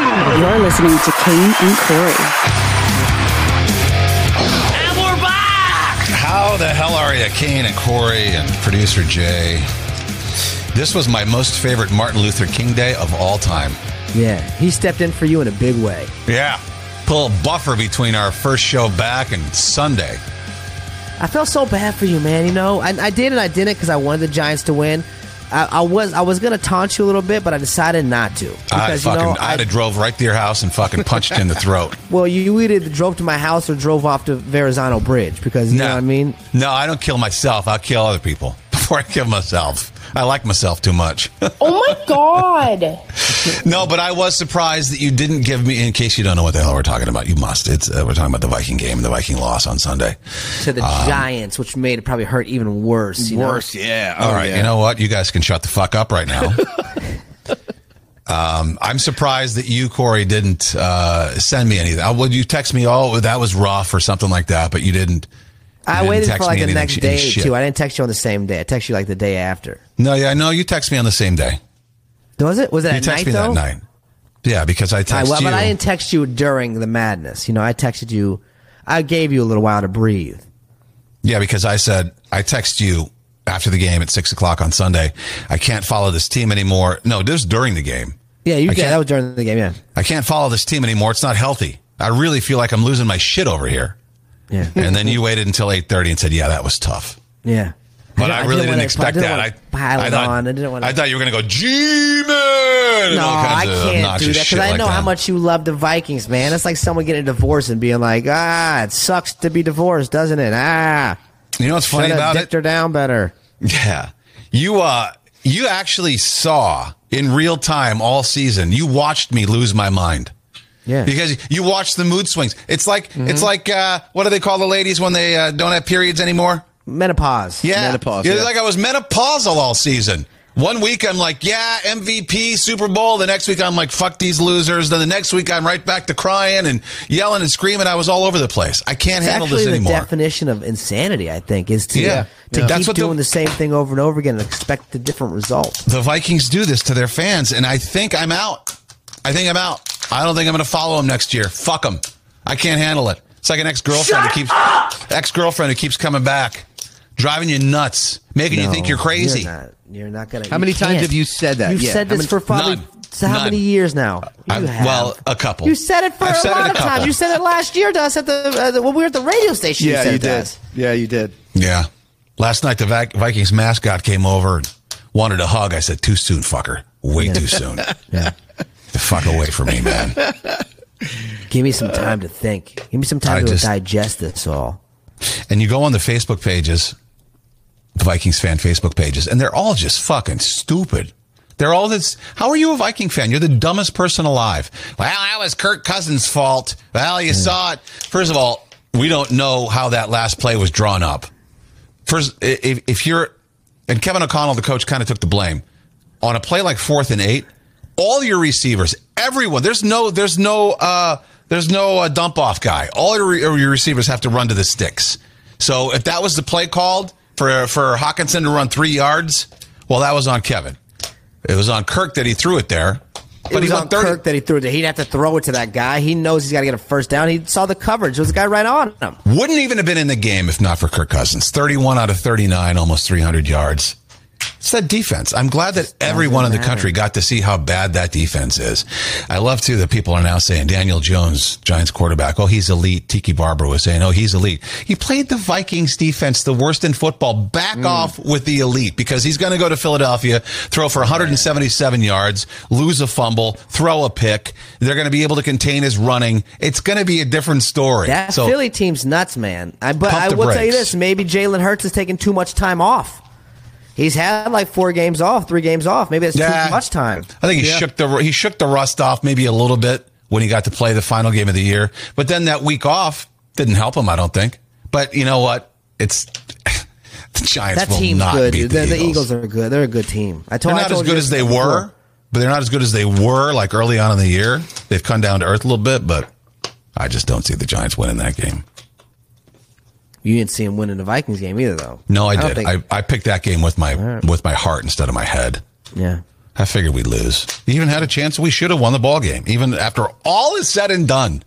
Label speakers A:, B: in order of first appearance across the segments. A: You're listening to Kane and Corey.
B: And we're back!
C: How the hell are you, Kane and Corey and producer Jay? This was my most favorite Martin Luther King Day of all time.
D: Yeah, he stepped in for you in a big way.
C: Yeah. Put a little buffer between our first show back and Sunday.
D: I felt so bad for you, man. You know, I, I did and I didn't because I wanted the Giants to win. I, I was I was gonna taunt you a little bit, but I decided not to
C: I
D: because
C: fucking,
D: you know
C: I'd have drove right to your house and fucking punched you in the throat.
D: well you either drove to my house or drove off to Verrazano Bridge because you know what I mean.
C: No, I don't kill myself. I'll kill other people before I kill myself. I like myself too much.
E: Oh my god.
C: no, but I was surprised that you didn't give me. In case you don't know what the hell we're talking about, you must. It's uh, we're talking about the Viking game and the Viking loss on Sunday.
D: to the
C: Um,
D: Giants, which made it probably hurt even worse. You know? Oh,
F: Worse, yeah.
C: All right, you know what? You guys can shut the fuck up right now. um, I'm surprised that you, Corey, didn't uh, send me anything. Uh, Would you text me? Oh, that was rough or something like that, but you didn't. you
D: I
C: didn't
D: waited for
C: text
D: like
C: me
D: the
C: anything,
D: next
C: sh- any
D: day
C: shit.
D: too. I didn't text you on the same day. I texted you like the day after.
C: No, yeah, no, you text me on the same day.
D: Was it? Was it
C: You
D: at
C: text
D: night
C: me that
D: though?
C: night. Yeah, because I
D: I,
C: text
D: well,
C: you.
D: but I didn't text you during the madness. You know, I texted you. I gave you a little while to breathe.
C: Yeah, because I said I text you after the game at six o'clock on Sunday. I can't follow this team anymore. No, this is during the game.
D: Yeah, you.
C: I
D: Yeah,
C: can't-
D: that was during the game. Yeah,
C: I can't follow this team anymore. It's not healthy. I really feel like I'm losing my shit over here.
D: yeah,
C: And then you waited until eight thirty and said, "Yeah, that was tough."
D: yeah.
C: But I, really didn't,
D: wanna-
C: expect
D: I didn't
C: that.
D: wanna
C: I
D: pile
C: I
D: it
C: thought,
D: on. I didn't want.
C: I thought you were going to go G-Man. and
D: No,
C: all
D: I
C: kinds of
D: can't do that
C: obnoxious
D: because
C: shit
D: I
C: like
D: know how
C: that.
D: much you love the Vikings, man. It's like someone getting divorced and being like, ah, it sucks to be divorced, doesn't it? Ah,
C: You know what's funny
D: shoulda
C: about
D: dicked
C: it?
D: her down better.
C: Yeah. You uh you actually saw in real time all season. You watched me lose my mind.
D: Yeah. Mm-hmm.
C: Because you watch the mood swings. It's like it's like uh what do they call the ladies when they uh, don't have periods anymore?
D: menopause.
C: Yeah.
F: Menopause,
C: It's
F: yeah.
C: like I was menopausal all season. One week I'm like, yeah, MVP, Super Bowl. The next week I'm like, fuck these losers. Then the next week I'm right back to crying and yelling and screaming. I was all over the place. I can't
D: It's
C: handle
D: actually
C: this
D: the
C: anymore.
D: definition of insanity, I think, is to,
C: Yeah.
D: to
C: Yeah. That's
D: keep
C: what the-
D: doing the, same thing over and over again and expect a different result.
C: the Vikings do this to their fans, and I think I'm out. I think I'm out. I don't think I'm going to follow them next year. Fuck them. I can't handle it. It's like an ex girlfriend who keeps ex girlfriend who keeps coming back, driving you nuts, making you think you're crazy.
D: You're not, you're not gonna.
F: How
D: you
F: many times
D: can't.
F: have you said that?
D: You've
F: Yeah.
D: said
F: How
D: this
F: many-
D: for probably
C: None.
D: so how
C: None.
D: many years now? You
C: I've-
D: have.
C: well, a couple.
D: You said it for
C: I've
D: a
C: said it
D: lot
C: a
D: of times.
C: couple.
D: You said it last year to us at the uh, the- when we were at the radio station.
F: Yeah,
D: you said
F: you
D: it to
F: did.
D: us.
F: Yeah, you did.
C: Yeah. Last night the Vac- Vikings mascot came over and wanted a hug. I said, "Too soon, fucker. Way too soon.
D: Yeah.
C: the fuck away from me, man."
D: Give me some time to think. Give me some time
C: I
D: to
C: just-
D: digest this all.
C: and you go on the Facebook pages, the Vikings fan Facebook pages, and they're all just fucking stupid. They're all this. How are you a Viking fan? You're the dumbest person alive. Well, that was Kirk Cousins' fault. Well, you saw it. First of all, we don't know how that last play was drawn up. First, i- if, if you're, and Kevin O'Connell, the coach, kind of took the blame on a play like fourth and eight. All your receivers, everyone. There's no, there's no, uh, there's no uh, dump off guy. All your, your receivers have to run to the sticks. So if that was the play called for for Hawkinson to run three yards, well, that was on Kevin. It was on Kirk that he threw it there, but
D: it was
C: he
D: on
C: went thirty.
D: Kirk that he threw it. to. He'd have to throw it to that guy. He knows he's got to get a first down. He saw the coverage. There was a guy right on him.
C: Wouldn't even have been in the game if not for Kirk Cousins. 31 out of 39, almost 300 yards. It's that defense. I'm glad that everyone in the
D: matter.
C: country got to see how bad that defense is. I love too that people are now saying Daniel Jones, Giants quarterback, oh he's elite. Tiki Barber was saying, oh he's elite. He played the Vikings defense the worst in football. Back
D: Mm.
C: off with the elite because he's going to go to Philadelphia, throw for 177 yards, lose a fumble, throw a pick. They're going to be able to contain his running. It's going to be a different story.
D: That
C: So-
D: Philly team's nuts, man. I, but
C: Pump
D: I
C: the
D: will tell you
C: brakes.
D: this: maybe Jalen Hurts is taking too much time off. He's had like four games off, three games off. Maybe that's
C: Yeah.
D: too much time.
C: I think he shook the he shook the rust off maybe a little bit when he got to play the final game of the year. But then that week off didn't help him, I don't think. But you know what? It's the Giants
D: That
C: will
D: team's
C: not
D: good.
C: beat the,
D: dude. The, the
C: Eagles.
D: Eagles are good. They're a good team. I
C: They're
D: told, I
C: not as
D: told
C: good
D: you
C: as they
D: before.
C: were, but they're not as good as they were like early on in the year. They've come down to earth a little bit, but I just don't see the Giants winning that game.
D: You didn't see him winning the Vikings game either, though.
C: No, I,
D: don't
C: did.
D: think-
C: I, I picked that game with my with my heart instead of my head.
D: yeah.
C: I figured we'd lose. You even had a chance. We should have won the ball game, even after all is said and done.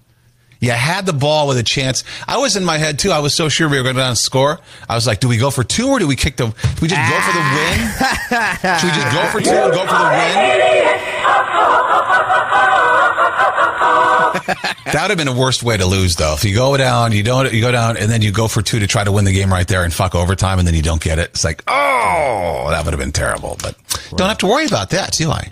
C: You had the ball with a chance. I was in my head too. I was so sure we were going down and score. I was like, do we go for two or do we kick the? Do we just go for the win? Should we just go for two and go for the win? that would have been the worst way to lose, though. If you go down, you don't, you go down, and then you go for two to try to win the game right there and fuck overtime, and then you don't get it. It's like, oh, that would have been terrible. But don't have to worry about that, do I?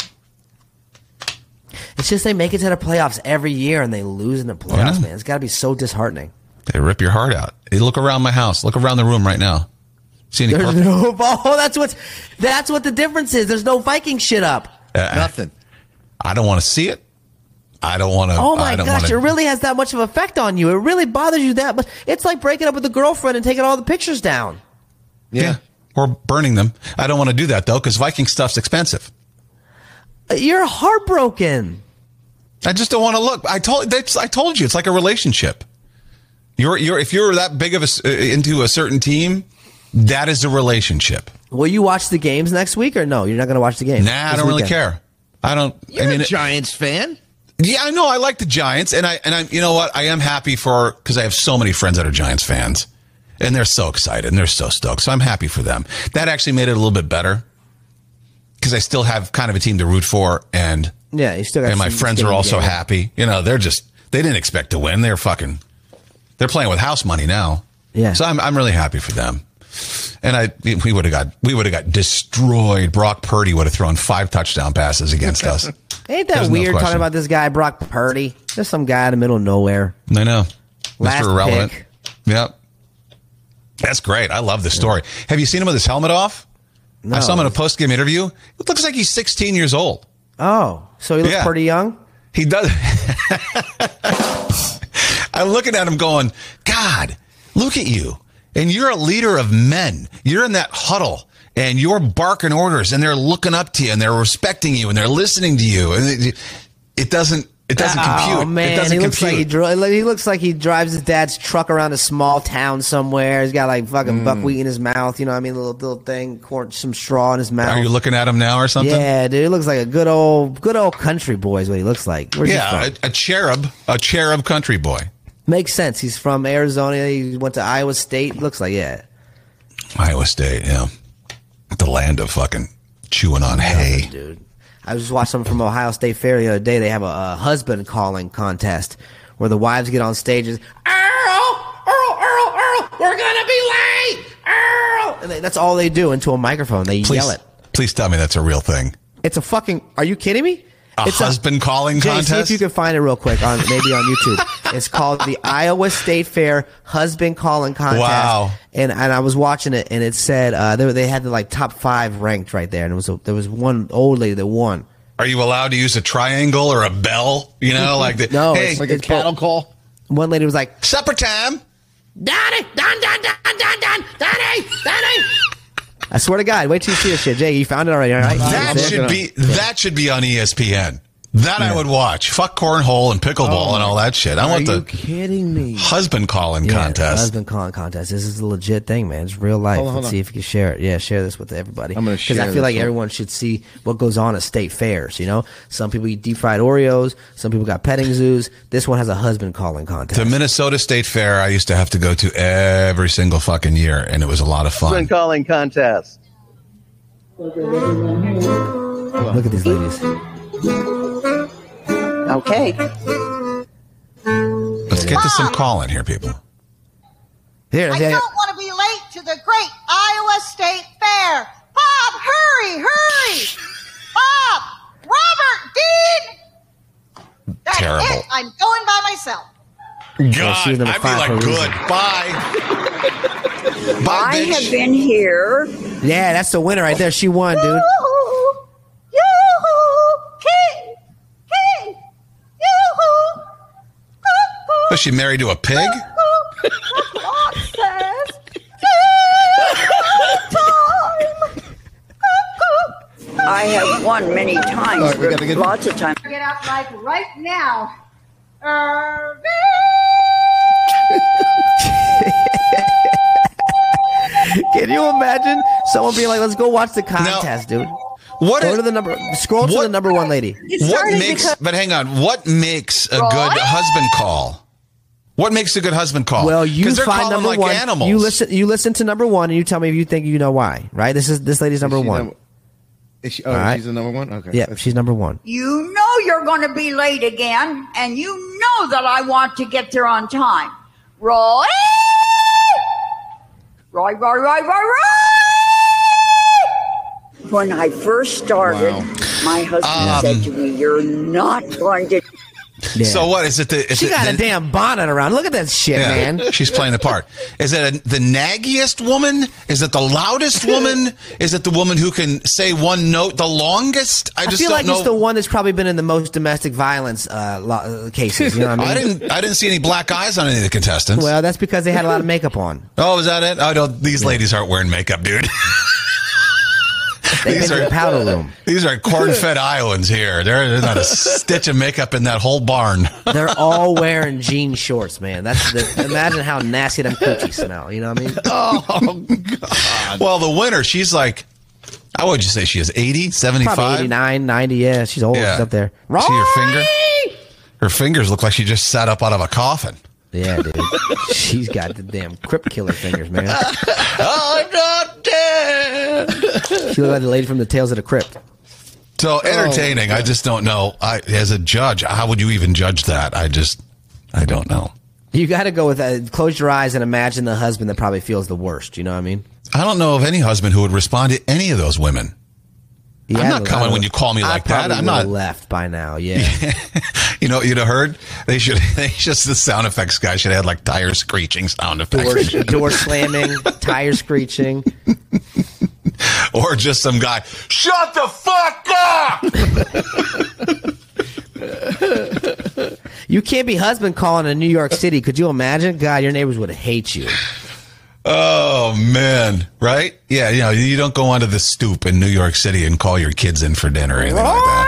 D: It's just they make it to the playoffs every year and they lose in the
C: know.
D: playoffs, man. It's got to be so disheartening.
C: They rip your heart out. Hey, look around my house. Look around the room right now. See any
D: There's
C: purple?
D: no ball. That's what's that's what the difference is. There's no Viking shit up.
F: Nothing.
C: I don't want to see it. I don't want to.
D: Oh my
C: I don't
D: gosh,
C: wanna-
D: it really has that much of effect on you. It really bothers you that much. It's like breaking up with a girlfriend and taking all the pictures down.
C: Yeah. Or burning them. I don't want to do that though, because Viking stuff's expensive.
D: Uh, You're heartbroken.
C: I just don't want to look. I told that's, I told you it's like a relationship. You're you're if you're that big of a s- uh, into a certain team, that is a relationship.
D: Will you watch the games next week or no? You're not going to watch the games.
C: Nah, I
D: this
C: don't really
D: weekend?
C: care. I don't.
F: You're
C: I mean,
F: a Giants fan.
C: yeah, I know. I like the Giants, and I and I'm you know what? I am happy for because I have so many friends that are Giants fans, and they're so excited and they're so stoked. So I'm happy for them. That actually made it a little bit better because I still have kind of a team to root for, and
D: Yeah, you still got.
C: and my
D: some
C: friends
D: skin
C: are
D: in the
C: also
D: game.
C: happy. You know, they're just they didn't expect to win. They're fucking they're playing with house money now.
D: Yeah.
C: So I'm I'm really happy for them. And I we would have got we would have got destroyed. Brock Purdy would have thrown five touchdown passes against us.
D: Ain't that
C: There's no
D: weird
C: question.
D: talking about this guy Brock Purdy? Just some guy in the middle of nowhere.
C: I know.
D: Last
C: Mr. Irrelevant.
D: pick.
C: Yep. That's great. I love this story. Have you seen him with his helmet off? I saw him in a post game interview. It looks like he's 16 years old.
D: Oh, so he looks
C: Yeah.
D: pretty young.
C: He does. I'm looking at him going, God, look at you. And you're a leader of men. You're in that huddle and you're barking orders and they're looking up to you and they're respecting you and they're listening to you. And it, it doesn't, it doesn't
D: Oh
C: compute.
D: man,
C: it doesn't
D: he looks like he
C: compute.
D: dri- like- he looks like he drives his dad's truck around a small town somewhere. He's got like fucking
C: Hmm.
D: buckwheat in his mouth. You know, what I mean, little little thing, corn, some straw in his mouth.
C: Are you looking at him now or something?
D: yeah, dude, he looks like a good old good old country boy. Is what he looks like. Where's he
C: Yeah,
D: from?
C: a, a cherub, a cherub country boy.
D: makes sense. He's from Arizona. He went to Iowa State. Looks like yeah.
C: Iowa State, yeah. The land of fucking chewing on hay.
D: dude. I was just watching something from Ohio State Fair the other day. They have a, a husband calling contest where the wives get on stages. Earl, Earl, Earl, Earl, we're gonna be late, Earl. And they, that's all they do into a microphone. They
C: Please,
D: yell it.
C: please tell me that's a real thing.
D: It's a fucking. Are you kidding me?
C: A
D: it's
C: husband calling
D: Jay, See
C: contest.
D: if you can find it real quick on maybe on YouTube. it's called the Iowa State Fair Husband Calling Contest.
C: Wow.
D: And and I was watching it and it said uh, they, were- they had the like top five ranked right there and it was a, there was one old lady that won.
C: Are you allowed to use a triangle or a bell? You know, like the
D: No,
C: hey,
D: it's
F: Like a
D: It's
F: cattle
D: both.
F: call.
D: One lady was like,
C: supper time.
B: Daddy, Don, Don, Don, Don, Don, Daddy, Daddy.
D: I swear to God, wait till you see this shit. Jay, you found it already, all right?
C: That
D: That's it?
C: should be that should be on E ESPN. That I would watch. Fuck cornhole and pickleball
D: Oh.
C: and all that shit. I
F: Are
C: want the
F: you kidding me?
C: husband calling
D: Yeah,
C: contest.
D: Husband calling contest. This is a legit thing, man. It's real life.
F: Hold on, hold
D: Let's
F: on.
D: see if you can share it. Yeah, share this with everybody.
F: I'm gonna
D: Because I
F: share
D: feel like
F: this one.
D: everyone should see what goes on at state fairs, you know? Some people eat deep fried Oreos, some people got petting zoos. This one has a husband calling contest.
C: The Minnesota State Fair I used to have to go to every single fucking year, and it was a lot of fun.
G: Husband calling contest.
D: Look at these ladies.
G: Okay.
C: Let's get to some calling here, people.
D: Here,
H: I
D: here.
H: don't want to be late to the great Iowa State Fair. Bob, hurry, hurry! Bob, Robert, Dean. That's
C: Terrible.
H: it. I'm going by myself.
C: God,
D: she was number
C: I'd be
D: five for a
C: like,
D: reason.
C: good, bye. bye,
I: I
C: bitch.
I: have been here.
D: Yeah, that's the winner right there. She won, dude.
H: Yoo-hoo. Yoo-hoo. King. King. Yoo-hoo.
C: Was she married to a pig?
H: Says,
I: I have won many times,
F: All right, we gotta get-
I: lots of times.
H: Get up like right now. Irving.
D: Can you imagine someone being like, let's go watch the contest, dude?
C: What
D: Go
C: is-
D: to the number. Scroll to
C: What-
D: the number one lady.
I: It
C: What
I: started
C: makes?
I: because
C: But hang on. What makes a good husband call? What makes a good husband call?
D: Well, you
C: Oh, 'Cause they're
D: find
C: calling
D: number
C: like
D: one.
C: Animals.
D: You listen. You listen to number one, and you tell me if you think you know why. Right? This is this lady's number
F: Is she
D: one.
F: number- is she, oh,
D: All right.
F: she's the number one. Okay.
D: yeah, she's number one.
I: you know you're going to be late again, and you know that I want to get there on time. Roy! Roy, Roy, Roy, Roy, Roy! When I first started,
F: Wow.
I: my husband said to me, You're not going to.
D: Yeah.
C: So what is it? The, is
D: she
C: it
D: got
C: the,
D: a damn bonnet around. Look at that shit,
C: Yeah,
D: man.
C: She's playing the part. Is it a, the naggiest woman? Is it the loudest woman? Is it the woman who can say one note the longest? I
D: I
C: just
D: feel
C: don't
D: like
C: know.
D: it's the one that's probably been in the most domestic violence uh, lo- uh, cases. You know what I mean?
C: I didn't. I didn't see any black eyes on any of the contestants.
D: Well, that's because they had a lot of makeup on.
C: oh, is that it? Oh no, these ladies aren't wearing makeup, dude.
D: They've
C: These
D: been in
C: are-
D: the powder room.
C: These are corn-fed Iowans here. There- There's not a stitch of makeup in that whole barn.
D: They're all wearing jean shorts, man. That's the, imagine how nasty them cookies smell. You know what I mean?
C: well, the winner, she's like, I would you say she is 80, 75?
D: Probably 89, 90. Yeah, she's old. She's up there.
C: See her finger? Her fingers look like she just sat up out of a coffin.
D: Yeah, dude. She's got the damn crypt killer fingers, man.
C: I'm not dead.
D: She looked like the lady from the Tales of the Crypt.
C: So
D: Oh,
C: entertaining. I just don't know. I, as a judge, how would you even judge that? I just, I don't know.
D: You got to go with uh Close your eyes and imagine the husband that probably feels the worst. You know what I mean?
C: I don't know of any husband who would respond to any of those women.
D: Yeah,
C: not
D: I-
C: coming
D: I-
C: when you call me
D: I
C: like that.
D: probably
C: I'm
D: would've
C: not-
D: left by now. Yeah.
C: You know, what you'd have heard they should. They just the sound effects guy should have had like tire screeching sound
D: door,
C: effects,
D: door slamming, tire screeching.
C: or just some guy. Shut the fuck up.
D: You can't be husband calling in New York City. Could you imagine? God, your neighbors would hate you.
C: Oh man, right? Yeah, you know, you don't go onto the stoop in New York City and call your kids in for dinner or anything like that.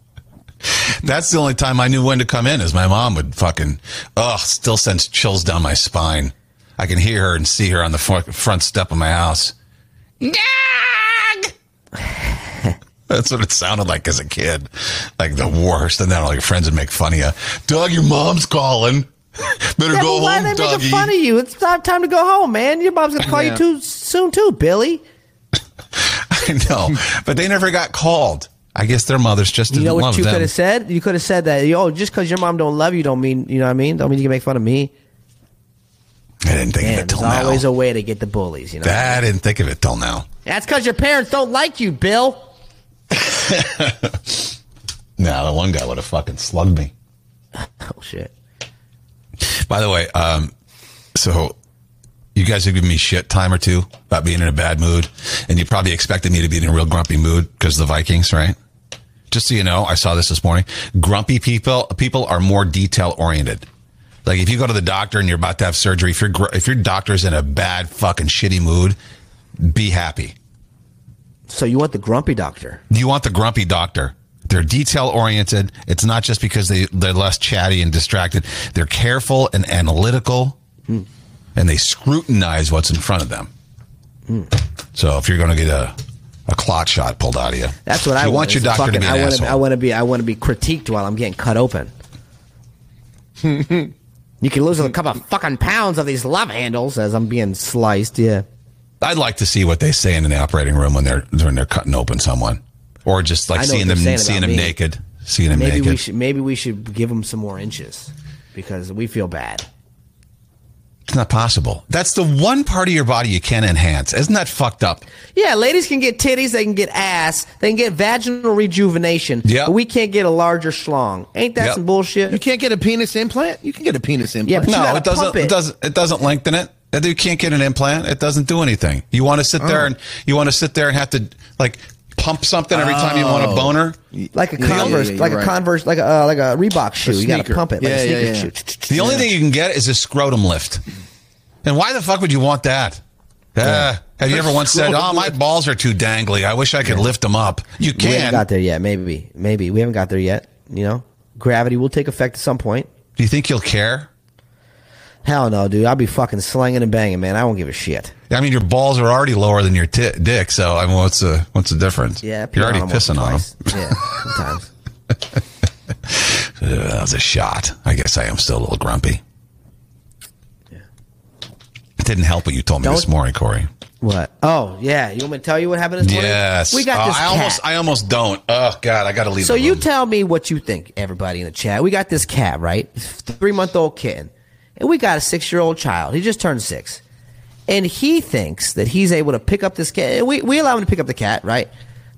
C: That's the only time I knew when to come in is my mom would fucking ugh, still sends chills down my spine. I can hear her and see her on the fr- front step of my house.
B: Dog!
C: That's what it sounded like as a kid. Like the worst. And then all your friends would make fun of you. Doug, your mom's calling. Better
D: Yeah,
C: go
D: but why
C: home,
D: are they
C: Dougie.
D: making fun of you? It's time time to go home, man. Your mom's gonna call
F: Yeah.
D: you too soon, too, Billy.
C: I know. But they never got called. I guess their mothers just
D: You
C: didn't
D: know what
C: love
D: you
C: them.
D: could have said? You could have said that. Oh, just because your mom don't love you, don't mean you know what I mean. Don't mean you can make fun of me.
C: I didn't think of
D: Man,
C: it till
D: there's
C: now.
D: always a way to get the bullies. You know,
C: I didn't think of it till now.
D: that's because your parents don't like you, Bill.
C: No, the one guy would have fucking slugged me.
D: Oh shit.
C: By the way, um, so you guys have given me shit time or two about being in a bad mood, and you probably expected me to be in a real grumpy mood because of the Vikings, right? Just so you know, I saw this this morning. Grumpy people people are more detail oriented. Like if you go to the doctor and you're about to have surgery, if your gr- if your doctor's in a bad fucking shitty mood, be happy.
D: So you want the grumpy doctor?
C: you want the grumpy doctor. They're detail oriented. It's not just because they, they're less chatty and distracted. They're careful and analytical and they scrutinize what's in front of them. So if you're going to get a, a clot shot pulled out of you,
D: That's what I
C: you
D: want.
C: want your
D: is
C: doctor to
D: fucking-
C: be an
D: I want
C: asshole.
D: I want to be. I want to be critiqued while I'm getting cut open. you can lose a couple of fucking pounds of these love handles as I'm being sliced. Yeah.
C: I'd like to see what they say in the operating room when they're when they're cutting open someone, or just
D: I
C: like
D: know
C: seeing
D: what
C: them
D: they're saying
C: seeing
D: about
C: them
D: me.
C: naked, seeing them
D: Maybe
C: naked.
D: we should. Maybe we should give them some more inches because we feel bad.
C: it's not possible. That's the one part of your body you can enhance. Isn't that fucked up?
D: Yeah, ladies can get titties, they can get ass, they can get vaginal rejuvenation.
C: Yeah.
D: but we can't get a larger schlong. Ain't that
C: Yeah.
D: some bullshit?
F: You can't get a penis implant. You can get a penis implant.
D: but you
C: No,
D: gotta
C: it doesn't.
D: pump
C: It.
D: it.
C: doesn't. It doesn't lengthen it. You can't get an implant. It doesn't do anything. You want to sit there
D: Oh.
C: and you want to sit there and have to like pump something every time you want
D: Oh.
C: a boner.
D: like a
F: Yeah, yeah,
D: converse,
F: yeah, you're
D: like a
F: right.
D: converse, like a uh, like a Reebok shoe. you gotta
F: sneaker.
D: pump it like
F: Yeah,
D: a
F: yeah,
D: sneaker
F: yeah.
D: shoe.
C: The only thing you can get is a scrotum lift. And why the fuck would you want that? Uh, have you ever once said,
F: Scrotum
C: "Oh, my
F: lift.
C: balls are too dangly. I wish I could lift them up." You
D: We haven't
C: can.
D: got there yet. Maybe, maybe we haven't got there yet. You know, gravity will take effect at some point.
C: Do you think you'll care?
D: Hell no, dude. I'll be fucking slinging and banging, man. I won't give a shit.
C: I mean, your balls are already lower than your ti dick, so I mean, what's the what's the difference?
D: Yeah, I pee
C: you're already
D: on 'em once or
C: pissing on
D: twice.
C: them.
D: Yeah, sometimes.
C: Ugh, that was Uh, a shot. I guess I am still a little grumpy. It didn't help what you told me this
D: Don't-
C: morning, Corey.
D: What? Oh yeah, you want me to tell you what happened this morning?
C: Yes,
D: we got
C: Oh,
D: this
C: I
D: cat.
C: almost, I almost don't. Oh God, I got to leave.
D: so
C: the
D: you
C: room.
D: tell me what you think, everybody in the chat. We got this cat, right? Three month old kitten, and we got a six year old child. He just turned six, and he thinks that he's able to pick up this cat. And we we allow him to pick up the cat, right?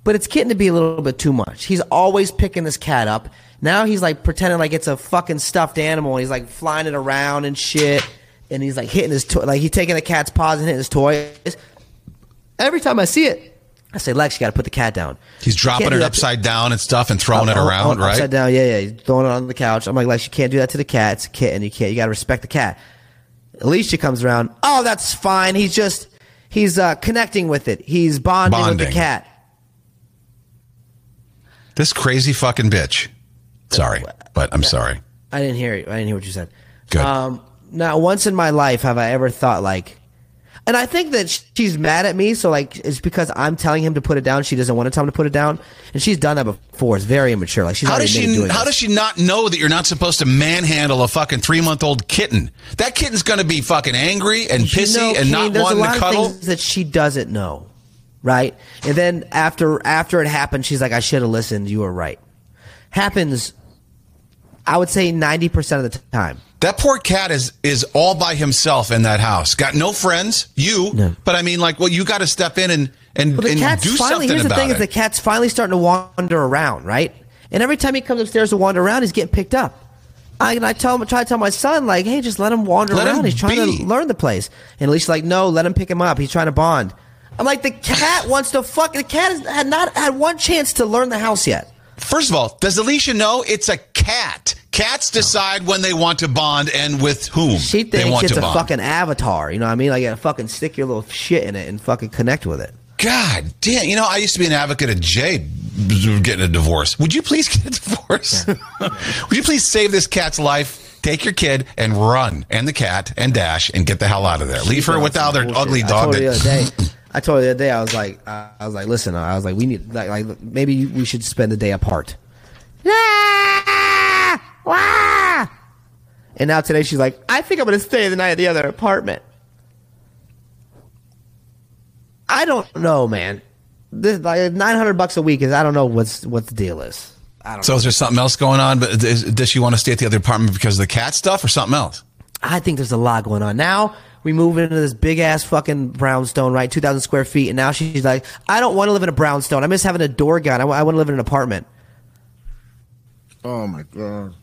D: But it's getting to be a little bit too much. He's always picking this cat up. Now he's like pretending like it's a fucking stuffed animal. He's like flying it around and shit, and he's like hitting his toy, like he's taking the cat's paws and hitting his toys. Every time I see it, I say, Lex, you got to put the cat down.
C: he's
D: You can't
C: dropping
D: do
C: it
D: that to-
C: upside down and stuff and throwing it
D: up- up-
C: around, right?
D: oh, Upside down, yeah, yeah. You're throwing it on the couch. I'm like, Lex, you can't do that to the cat. It's a kitten. You can't. You got to respect the cat. Alicia comes around. Oh, that's fine. He's just he's uh, connecting with it. He's bonding, with
C: Bonding.
D: the cat.
C: This crazy fucking bitch. Sorry, but I'm sorry.
D: I didn't hear you. I didn't hear what you said.
C: Good.
D: Um, not once in my life have I ever thought like, and I think that sh- she's mad at me. So like, it's because I'm telling him to put it down. She doesn't want to tell him to put it down, and she's done that before. It's very immature. Like she's
C: How
D: already
C: does
D: admitted
C: she?
D: doing
C: How
D: this.
C: does she not know that you're not supposed to manhandle a fucking three month old kitten? That kitten's going to be fucking angry and
D: You
C: pissy
D: know,
C: and
D: Kane,
C: not
D: there's
C: wanting
D: a lot
C: to cuddle.
D: Of things that she doesn't know, right? And then after after it happened, she's like, "I should have listened. You were right." Happens. I would say ninety percent of the time.
C: That poor cat is is all by himself in that house. Got no friends. You,
D: No.
C: but I mean, like, well, you got to step in and and,
D: Well, the
C: and
D: cat's
C: do something
D: finally. Here's the
C: about
D: thing:
C: it.
D: is the cat's finally starting to wander around, right? And every time he comes upstairs to wander around, he's getting picked up. I, and I tell him, try to tell my son, like, hey, just let him wander
C: Let
D: around.
C: him
D: he's trying
C: be.
D: to learn the place. And Alicia's like, no, let him pick him up. He's trying to bond. I'm like, the cat wants to fuck. The cat has had not had one chance to learn the house yet.
C: First of all, does Alicia know it's a cat? Cats decide when they want to bond and with whom
D: She
C: they
D: thinks
C: want
D: it's
C: to
D: a
C: bond.
D: fucking avatar. You know what I mean? Like, you gotta fucking stick your little shit in it and fucking connect with it.
C: God damn! You know, I used to be an advocate of Jay getting a divorce. Would you please get a divorce? Would you please save this cat's life? Take your kid and run, and the cat, and dash, and get the hell out of there. Leave her
D: Some
C: with the other
D: bullshit.
C: ugly
D: I
C: dog.
D: told her the
C: that-
D: other day. I told her the other day. I was like, I I was like, listen. I was like, we need like, like look, maybe you- we should spend the day apart. Ah! Ah! And now today she's like, I think I'm gonna stay the night at the other apartment. I don't know, man. This like 900 bucks a week is I don't know what's what the deal is.
C: So is there something else going on? But is, does she want to stay at the other apartment because of the cat stuff or something else?
D: I think there's a lot going on. Now we move into this big ass fucking brownstone, right? 2,000 square feet. And now she's like, I don't want to live in a brownstone. I miss having a door gun. I want to live in an apartment.
F: Oh my god.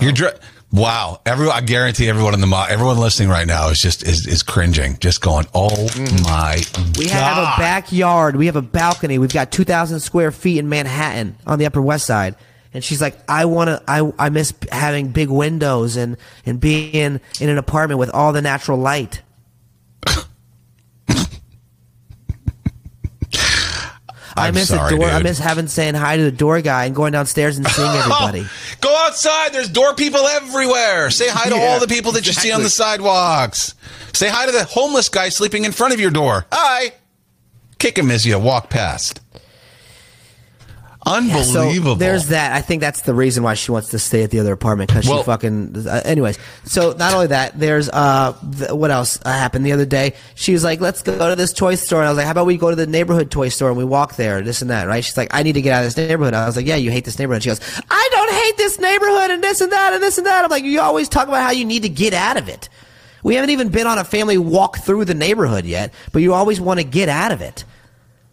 C: You're dr- wow. Every I guarantee everyone in the mo- everyone listening right now is just is, is cringing, just going, "Oh my
D: We have
C: God."
D: a backyard. We have a balcony. We've got 2,000 square feet in Manhattan on the Upper West Side. And she's like, I want to, I, I miss having big windows and, and being in an apartment with all the natural light. I
C: I'm
D: miss
C: sorry,
D: the door. I
C: dude.
D: miss having saying hi to the door guy and going downstairs and seeing everybody.
C: Oh, Go outside. There's door people everywhere. Say hi to
F: Yeah,
C: all the people that you see on the sidewalks. Say hi to the homeless guy sleeping in front of your door. Hi. Kick him as you walk past.
D: Yeah, so
C: Unbelievable.
D: there's that. I think that's the reason why she wants to stay at the other apartment because
C: Well-
D: she fucking. Uh, anyways, so not only that, there's uh, th- what else uh, happened the other day? She was like, "Let's go to this toy store," and I was like, "How about we go to the neighborhood toy store and we walk there, this and that?" Right? She's like, "I need to get out of this neighborhood." I was like, "Yeah, you hate this neighborhood." She goes, "I don't hate this neighborhood and this and that and this and that." I'm like, "You always talk about how you need to get out of it." We haven't even been on a family walk through the neighborhood yet, but you always want to get out of it.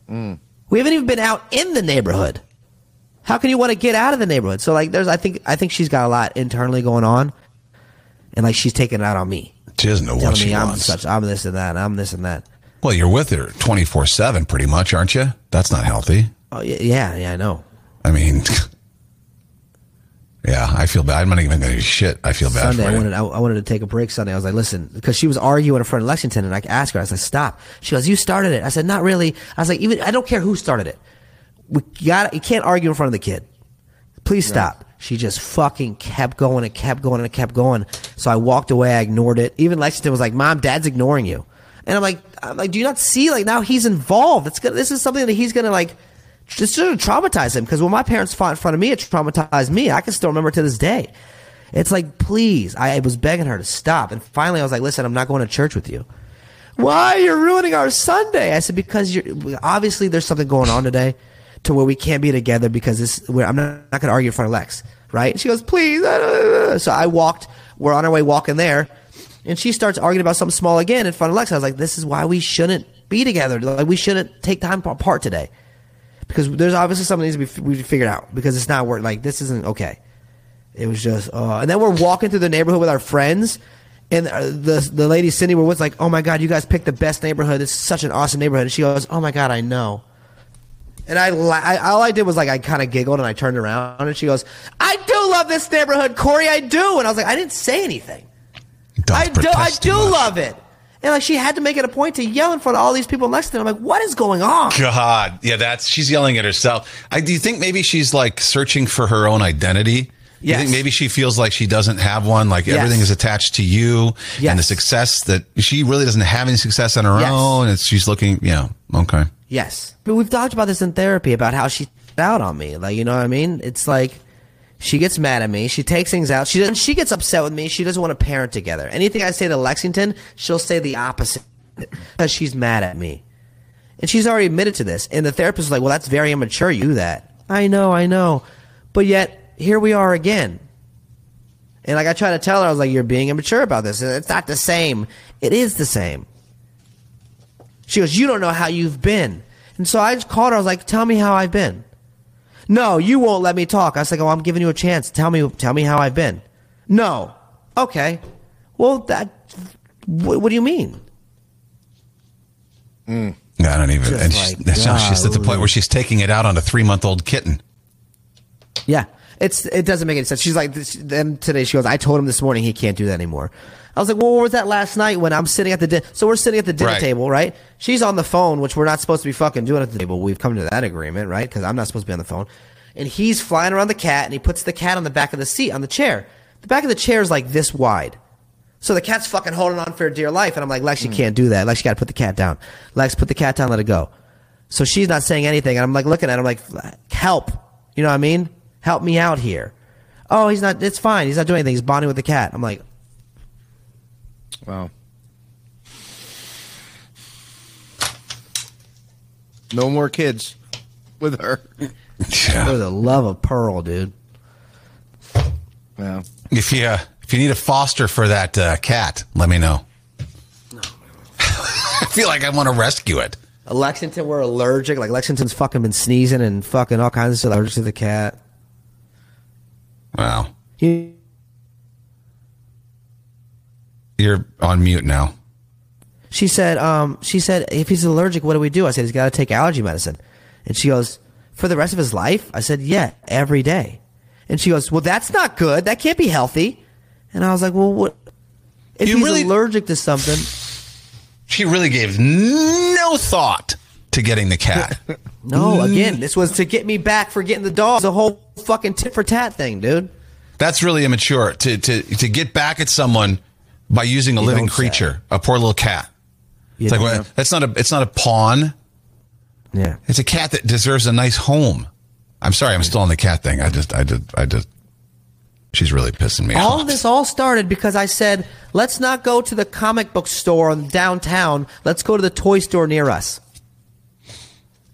C: Mm.
D: We haven't even been out in the neighborhood. How can you want to get out of the neighborhood? So like, there's I think I think she's got a lot internally going on, and like she's taking it out on me,
C: she doesn't know
D: telling
C: what she
D: me I'm
C: wants.
D: such I'm this and that, I'm this and that.
C: well, you're with her 24 7 pretty much, aren't you? That's not healthy.
D: Oh yeah, yeah, yeah I know.
C: I mean, yeah, I feel bad. I'm not even going to shit. I feel bad
D: Sunday,
C: for
D: I
C: you.
D: wanted I, I wanted to take a break Sunday. I was like, listen, because she was arguing in front of Lexington, and I asked her, I was like, stop. She goes, you started it. I said, not really. I was like, even I don't care who started it. We got you can't argue in front of the kid. Please stop. She just fucking kept going and kept going and kept going. So I walked away. I ignored it. Even Lexington was like, "Mom, Dad's ignoring you," and I'm like, "I'm like, do you not see? Like now he's involved. It's gonna. This is something that he's gonna like." Just sort of traumatize him because when my parents fought in front of me, it traumatized me. I can still remember to this day. It's like, please. I was begging her to stop. And finally, I was like, listen, I'm not going to church with you. Why? You're ruining our Sunday. I said, because you're obviously there's something going on today to where we can't be together because this, we're, I'm not, not going to argue in front of Lex. Right? And she goes, please. I don't-" So I walked, we're on our way walking there. And she starts arguing about something small again in front of Lex. I was like, this is why we shouldn't be together. Like, we shouldn't take time apart today because there's obviously something that needs to be we figured out because it's not work. Like this isn't okay. It was just, uh, and then we're walking through the neighborhood with our friends, and uh, the the lady Cindy we're with like, oh my god, you guys picked the best neighborhood. It's such an awesome neighborhood. And she goes, oh my god, I know. And I, la- I all I did was like I kind of giggled and I turned around and she goes, I do love this neighborhood, Corey. I do. And I was like, I didn't say anything.
C: Don't
D: I do, I
C: protest
D: do
C: too much.
D: love it. And like she had to make it a point to yell in front of all these people in Lexington. I'm like, what is going on?
C: God, yeah, that's she's yelling at herself. I do you think maybe she's like searching for her own identity? You
D: Yes.
C: think maybe she feels like she doesn't have one, like
D: Yes.
C: everything is attached to you
D: Yes.
C: and the success that she really doesn't have any success on her
D: Yes.
C: own. It's she's looking, yeah, okay.
D: Yes. But we've talked about this in therapy about how she out on me. Like, you know what I mean? It's like she gets mad at me. She takes things out. She doesn't, she gets upset with me. She doesn't want to parent together. Anything I say to Lexington, she'll say the opposite because she's mad at me. And she's already admitted to this. And the therapist is like, well, that's very immature. You do that. I know, I know. But yet, here we are again. And like I try to tell her, I was like, you're being immature about this. And it's not the same. It is the same. She goes, You don't know how you've been. And so I just called her. I was like, Tell me how I've been. No, you won't let me talk. I was like, Oh, I'm giving you a chance. Tell me, tell me how I've been. No. Okay. Well, that, what, what do you mean?
C: Yeah, I don't even.
D: Just
C: And she's,
D: like,
C: that's now she's at the point
D: golly.
C: where she's taking it out on a three month old kitten.
D: Yeah. It's, it doesn't make any sense. She's like, this- then today she goes, I told him this morning he can't do that anymore. I was like, well, where was that last night when I'm sitting at the dinner? So we're sitting at the dinner
C: Right.
D: table, right? She's on the phone, which we're not supposed to be fucking doing at the table. We've come to that agreement, right? Because I'm not supposed to be on the phone. And he's flying around the cat and he puts the cat on the back of the seat, on the chair. The back of the chair is like this wide. So the cat's fucking holding on for dear life. And I'm like, Lex, you can't do that. Lex, you got to put the cat down. Lex, put the cat down, let it go. So she's not saying anything. And I'm like, looking at him like, help. You know what I mean? Help me out here. Oh, he's not, it's fine. He's not doing anything. He's bonding with the cat. I'm like,
F: Wow. No more kids with her.
D: for
C: Yeah.
D: the love of Pearl, dude.
F: Yeah.
C: If you uh, if you need a foster for that uh, cat, let me know. I feel like I want to rescue it.
D: Lexington, we're allergic. Like, Lexington's fucking been sneezing and fucking all kinds of stuff. Allergic to the cat.
C: Wow,
D: You
C: you're on mute now.
D: She said, um, she said, if he's allergic, what do we do? I said, he's got to take allergy medicine. And she goes, for the rest of his life? I said, yeah, every day. And she goes, well, that's not good. That can't be healthy. And I was like, well, what? If
C: You
D: he's
C: really-
D: allergic to something,
C: She really gave no thought to getting the cat.
D: no,
C: Mm.
D: again, this was to get me back for getting the dog. The whole fucking tit for tat thing, dude.
C: That's really immature to to to get back at someone by using a
D: You
C: living
D: don't say.
C: creature, a poor little cat.
D: You
C: It's like
D: know?
C: well, that's not a it's not a pawn.
D: yeah.
C: It's a cat that deserves a nice home. I'm sorry, I'm still on the cat thing. I just I did I just she's really pissing me
D: All
C: off.
D: of this all started because I said, let's not go to the comic book store in downtown. Let's go to the toy store near us.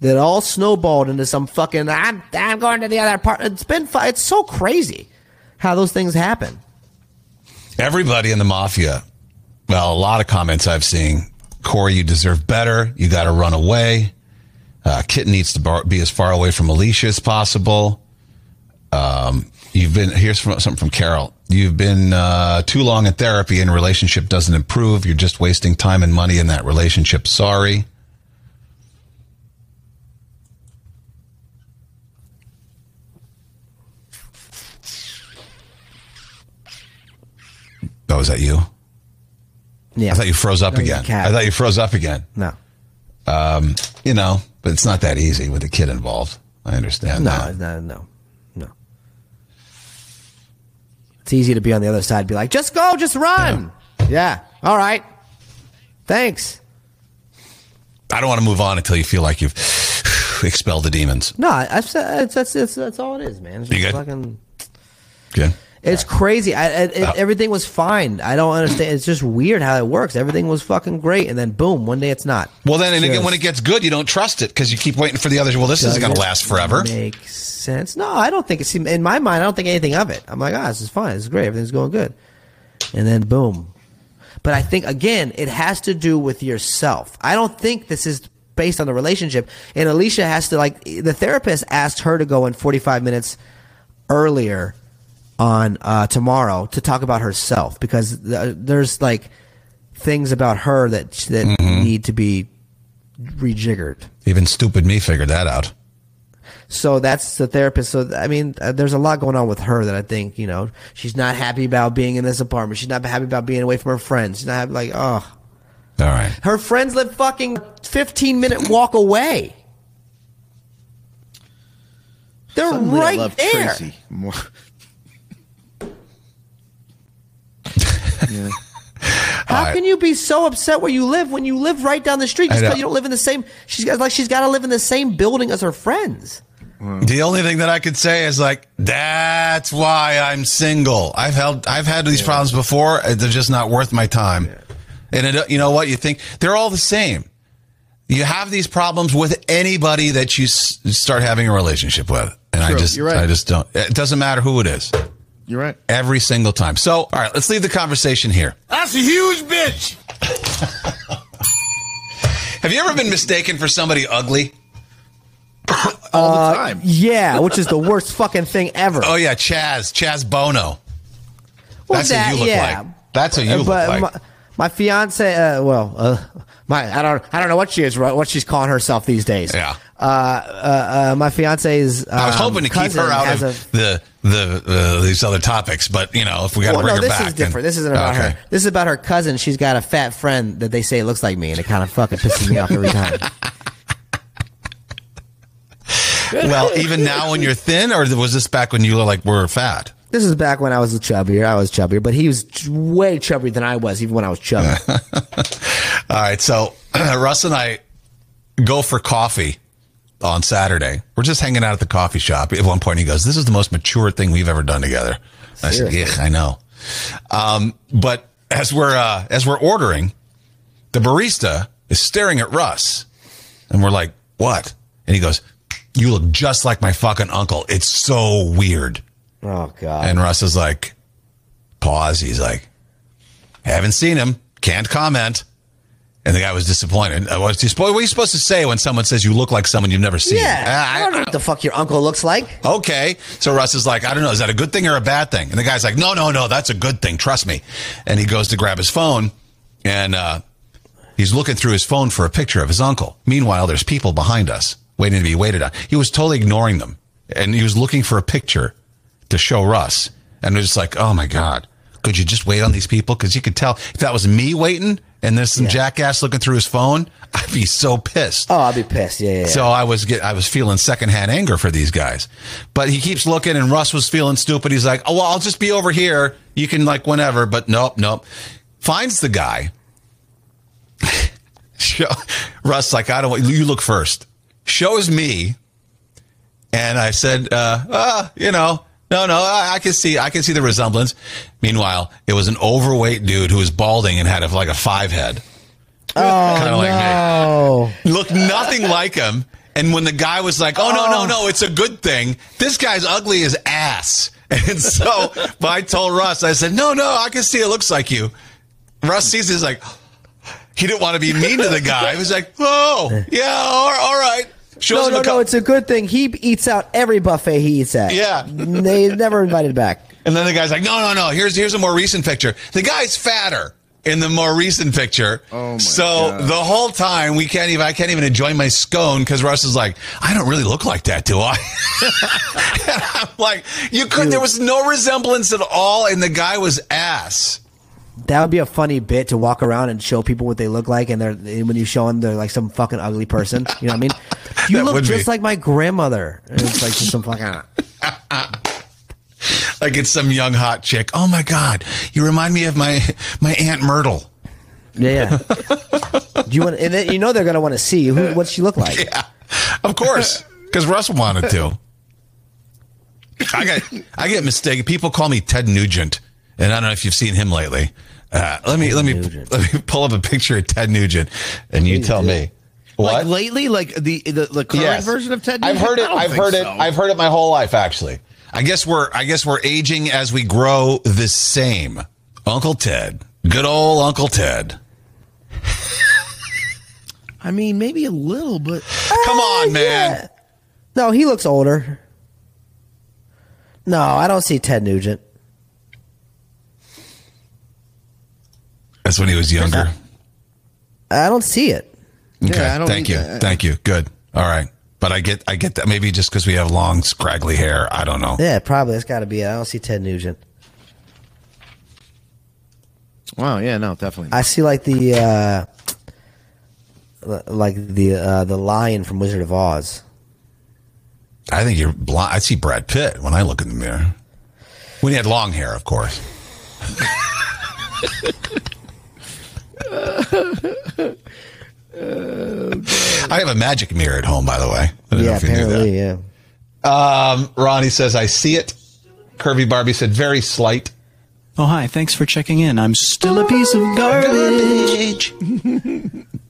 D: That all snowballed into some fucking. I'm, I'm going to the other part. It's been. fu- It's so crazy how those things happen.
C: Everybody in the mafia. Well, a lot of comments I've seen. Corey, you deserve better. You got to run away. Uh, Kitten needs to bar- be as far away from Alicia as possible. Um, You've been here's from, something from Carol. You've been uh, too long in therapy, and relationship doesn't improve. You're just wasting time and money in that relationship. Sorry. Oh, is that you?
D: Yeah.
C: I thought you froze up again.
D: cat.
C: I thought you froze up again.
D: no.
C: You know, but it's not that easy with a kid involved. I understand
D: No.
C: that.
D: No. No. No. It's easy to be on the other side, be like, just go, just run. Yeah. All right. Thanks.
C: I don't want to move on until you feel like you've expelled the demons.
D: No, I- I've said that's that's that's, that's all it is, man. It's
C: You
D: just
C: good?
D: fucking.
C: Good.
D: It's crazy. I, I it,
C: Oh.
D: Everything was fine. I don't understand. It's just weird how it works. Everything was fucking great, and then boom, one day it's not.
C: Well, then, and again,
D: Just
C: when it gets good, you don't trust it because you keep waiting for the others. Well, this isn't going to
D: doesn't
C: last forever.
D: Make sense? No, I don't think it's in my mind. I don't think anything of it. I'm like, ah, this is fine. This is great. Everything's going good, and then boom. But I think again, it has to do with yourself. I don't think this is based on the relationship. And Alicia has to like the therapist asked her to go in 45 minutes earlier on uh, tomorrow to talk about herself because th- there's like things about her that that
C: Mm-hmm.
D: need to be rejiggered.
C: Even stupid me figured that out.
D: So that's the therapist. So I mean, uh, there's a lot going on with her that I think you know she's not happy about being in this apartment. She's not happy about being away from her friends. She's not happy, like oh,
C: All right.
D: her friends live fucking 15 minute walk away. They're
F: Suddenly I
D: right
F: love
D: there.
F: Tracy more. yeah.
D: How
C: I-
D: can you be so upset where you live when you live right down the street?
C: I
D: Just
C: know.
D: because you don't live in the same. She's got like she's got to live in the same building as her friends.
C: The only thing that I could say is like, that's why I'm single. I've held, I've had these problems before. Uh, They're just not worth my time. And it, you know what? You think they're all the same. You have these problems with anybody that you s- start having a relationship with. And I
F: True.
C: just,
F: You're right.
C: I just don't, it doesn't matter who it is
F: You're right.
C: every single time. So, all right, let's leave the conversation here.
B: That's a huge bitch.
C: Have you ever been mistaken for somebody ugly?
F: All the time.
D: Yeah, which is the worst fucking thing ever.
C: Oh yeah, Chaz, Chaz Bono.
D: Well, Uh,
C: That's what you look like. That's what you look like.
D: My, my fiance, uh, well, uh, my I don't I don't know what she is what she's calling herself these days.
C: Yeah.
D: Uh, uh, uh, my fiance's. Um,
C: I was hoping to keep
D: cousin
C: her out
D: has
C: of
D: a-
C: the the uh, these other topics, but you know, if we got to
D: well,
C: bring
D: no,
C: her
D: this
C: back,
D: is
C: then-
D: different. this isn't about
C: Okay.
D: her. This is about her cousin. She's got a fat friend that they say looks like me, and it kind of fucking pisses me off every time.
C: Well, even now when you're thin, or was this back when you were like were fat?
D: This is back when I was chubbier. I was chubbier, but he was ch- way chubbier than I was, even when I was chubby.
C: All right, so Russ and I go for coffee on Saturday. We're just hanging out at the coffee shop. At one point, he goes, "This is the most mature thing we've ever done together." And I said, "Yeah, I know." Um, but as we're uh, as we're ordering, the barista is staring at Russ, and we're like, "What?" And he goes, "You look just like my fucking uncle. It's so weird."
D: oh god.
C: And Russ is like, pause. He's like, haven't seen him. Can't comment. And the guy was disappointed. Uh, What's he supposed, what are you supposed to say when someone says you look like someone you've never seen?
D: yeah, I,
C: Uh, I-
D: don't know what the fuck your uncle looks like.
C: okay. So Russ is like, I don't know. Is that a good thing or a bad thing? And the guy's like, no, no, no. That's a good thing. Trust me. And he goes to grab his phone and uh, he's looking through his phone for a picture of his uncle. Meanwhile, there's people behind us waiting to be waited on. He was totally ignoring them and he was looking for a picture to show Russ. And it was like, oh my God, could you just wait on these people? Because you could tell if that was me waiting and there's some jackass looking through his phone, I'd be so pissed.
D: Oh, I'll be pissed. Yeah, yeah. yeah.
C: So I was get, I was feeling secondhand anger for these guys, but he keeps looking, and Russ was feeling stupid. He's like, "Oh well, I'll just be over here. You can like whenever." But nope, nope. Finds the guy. Show, Russ like I don't. want You look first. Shows me, and I said, uh, uh, you know, no, no, I, I can see, I can see the resemblance. Meanwhile, it was an overweight dude who was balding and had a, like a five head, oh, kind of like me
D: oh.
C: looked nothing like him. And when the guy was like, "Oh no, no, no, it's a good thing," this guy's ugly as ass. And so, but I told Russ, I said, "No, no, I can see it looks like you." Russ sees, it, he's like, he didn't want to be mean to the guy. He was like, "Oh, yeah, all, all right." Shows
D: No,
C: him
D: no,
C: a cou-
D: no. It's a good thing he eats out every buffet he eats at.
C: Yeah.
D: they never invited back.
C: And then the guy's like, no, no, no. Here's here's a more recent picture. The guy's fatter in the more recent picture.
F: Oh, my
C: so
F: God.
C: the whole time we can't even I can't even enjoy my scone because Russ is like, I don't really look like that, do I? and I'm like, you could. There was no resemblance at all, and the guy was ass.
D: That would be a funny bit to walk around and show people what they look like, and they're and when you show them they're like some fucking ugly person. You know what I mean? You
C: That
D: look
C: would be.
D: ah. just like my grandmother. And it's like just some fucking.
C: like it's some young hot chick. Oh my god, you remind me of my my aunt Myrtle.
D: Yeah. Do you want? And then, you know they're gonna want to see who what she look like.
C: Of course, because Russ wanted to. I got I get mistaken. People call me Ted Nugent, and I don't know if you've seen him lately. Uh, let me let me
D: Nugent.
C: let me pull up a picture of Ted Nugent, and you tell me
F: Like lately, like the the, the current
C: Yes.
F: version of Ted.
C: I've
F: Nugent?
C: heard
F: I
C: it.
F: don't
C: I've
F: think
C: heard it.
F: so.
C: I've heard it my whole life, actually. I guess we're I guess we're aging as we grow the same. Uncle Ted, good old Uncle Ted.
F: I mean, maybe a little, but
C: Come on, man.
D: No, he looks older. No, I don't see Ted Nugent.
C: That's when he was younger.
D: I don't see it.
C: Okay.
F: I don't
C: Thank you.
F: either.
C: Thank you. Good. All right. But I get I get that maybe just because we have long scraggly hair. I don't know.
D: Yeah, probably that's got to be it. I don't see Ted Nugent.
F: wow, yeah, no, definitely.
D: I see like the uh li- like the uh the lion from Wizard of Oz.
C: I think you're blind. I see Brad Pitt when I look in the mirror. When he had long hair, of course. I have a magic mirror at home, by the way. I don't know
D: yeah,
C: if you knew that.
D: apparently, yeah.
C: Ronnie says, I see it. Curvy Barbie said, very slight.
J: Oh, hi. Thanks for checking in. I'm still a piece of garbage.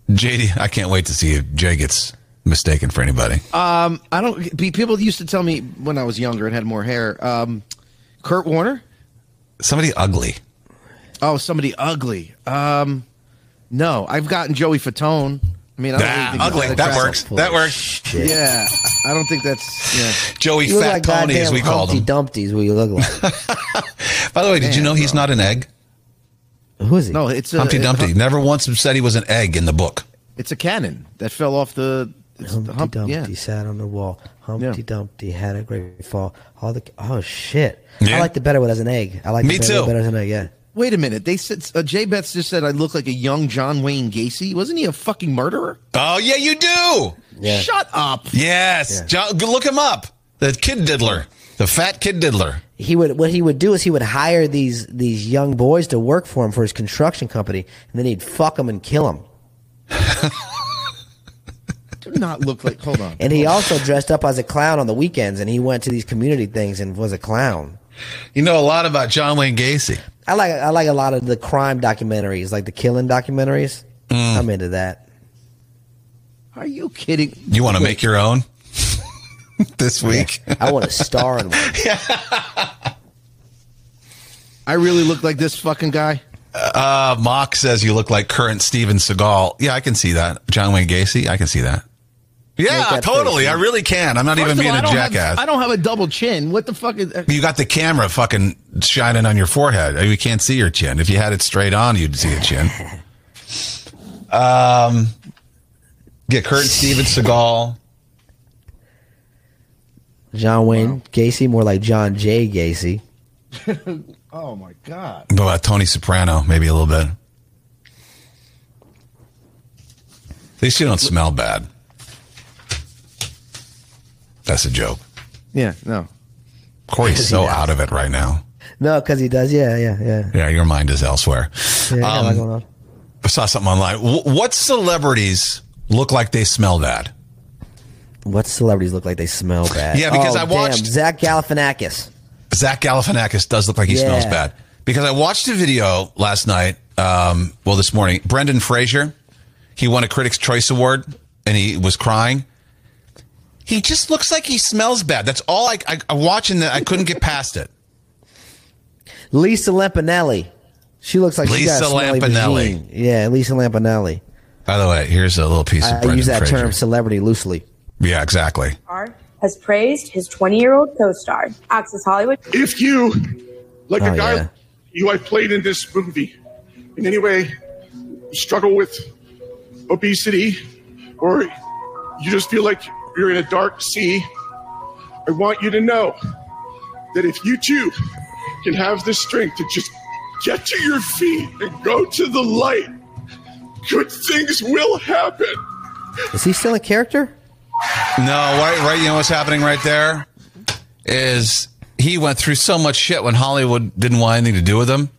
C: JD, I can't wait to see if Jay gets mistaken for anybody.
F: I don't. pe- People used to tell me when I was younger and had more hair. Um, Kurt Warner.
C: Somebody ugly.
F: Oh, somebody ugly. Um, no, I've gotten Joey Fatone. I mean, I don't really
C: Ah,
F: think he's
C: ugly. That
F: attractive.
C: works. That works.
D: Shit.
F: Yeah, I don't think that's. Yeah.
C: Joey
D: You look
C: Fat
D: like
C: Pony, as
D: goddamn
C: we called
D: Humpty
C: him.
D: Dumpty is what you look like.
C: By the way, did you know he's not an egg?
D: Who is he?
F: No, it's a
C: Humpty Dumpty never once said he was an egg in the book.
F: It's a cannon that fell off the. It's
D: Humpty
F: the hump,
D: Dumpty
F: yeah.
D: sat on the wall. Humpty
F: Yeah.
D: Dumpty had a great fall. All the oh shit.
C: Yeah.
D: I liked it better when it was an egg. I liked
C: Me
D: it better,
C: too.
D: better as an egg. Yeah.
F: Wait a minute. They said uh, Jay Betts just said I look like a young John Wayne Gacy. Wasn't he a fucking murderer?
C: Oh, yeah, you do.
D: Yeah.
F: Shut up.
C: Yes. Jo- go look him up. The kid diddler. The fat kid diddler.
D: He would what he would do is he would hire these these young boys to work for him for his construction company, and then he'd fuck them and kill them.
F: Do not look like. Hold on.
D: And he also dressed up as a clown on the weekends, and he went to these community things and was a clown.
C: You know a lot about John Wayne Gacy.
D: I like I like a lot of the crime documentaries, like the killing documentaries.
C: Mm.
D: I'm into that.
F: Are you kidding?
C: You want to make your own this week?
D: I want to star in one.
F: I really look like this fucking guy.
C: Uh, Mock says you look like current Steven Seagal. Yeah, I can see that. John Wayne Gacy, I can see that. Yeah,
D: Make that
C: totally.
D: face,
C: I really can. I'm not
F: First
C: even
F: of
C: being
F: all, I
C: a
F: don't have-
C: jackass.
F: I don't have a double chin. What the fuck is? uh,
C: you got the camera fucking shining on your forehead. Oh, You can't see your chin. If you had it straight on, you'd see a chin. Um,
D: Um,
C: yeah, current Steven Seagal.
D: John Wayne Gacy, more like John J. Gacy.
F: Oh my god.
C: What about uh, Tony Soprano? Maybe a little bit. At least you don't smell bad. That's a joke.
F: Yeah. No.
C: Corey's so out of it right now.
D: No, because he does. Yeah, yeah, yeah.
C: Yeah, your mind is elsewhere.
D: yeah I
C: Um,
D: got a lot going on.
C: I saw something online. Wh- What celebrities look like they smell bad?
D: What celebrities look like they smell bad?
C: Yeah, because
D: Oh,
C: I watched-
D: damn, Zach Galifianakis.
C: Zach Galifianakis does look like he
D: Yeah.
C: smells bad because I watched a video last night. Um, well, this morning, Brendan Fraser, he won a Critics' Choice Award and he was crying. He just looks like he smells bad. That's all I, I I'm watching that. I couldn't get past it.
D: Lisa Lampanelli. She looks like she got
C: Lisa
D: a smelly
C: Lampanelli.
D: vagine. Yeah, Lisa Lampanelli.
C: By the way, here's a little piece of
D: I
C: Brendan
D: use that
C: Fraser.
D: term celebrity loosely.
C: Yeah, exactly.
K: has praised his 20 year old co star, Access Hollywood.
B: If you, like
D: Oh,
B: a guy,
D: yeah.
B: you I played in this movie, in any way, struggle with obesity, or you just feel like you're in a dark sea, I want you to know that if you too can have the strength to just get to your feet and go to the light, good things will happen.
D: Is he still a character?
C: No, right, right. You know what's happening right there is he went through so much shit when Hollywood didn't want anything to do with him.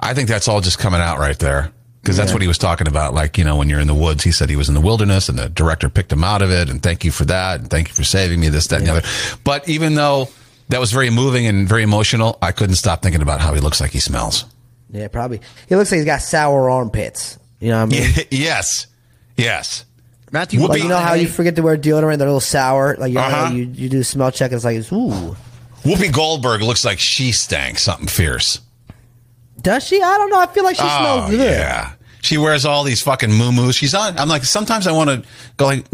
C: I think that's all just coming out right there because that's
L: Yeah.
C: what he was talking about. Like, you know, when you're in the woods, he said he was in the wilderness and the director picked him out of it. And thank you for that. And thank you for saving me, this, that, and the other. But even though that was very moving and very emotional, I couldn't stop thinking about how he looks like he smells.
D: Yeah, probably. He looks like he's got sour armpits. You know what I mean?
C: yes. Yes.
F: Matthew,
D: Like, you know how you forget to wear deodorant, they're a little sour. Like you, know how
C: Uh-huh.
D: you you do a smell check, it's like it's, ooh.
C: Whoopi Goldberg looks like she stank something fierce.
D: Does she? I don't know. I feel like she smells good.
C: Oh, Yeah. She wears all these fucking moo She's on. I'm like, sometimes I want to go like,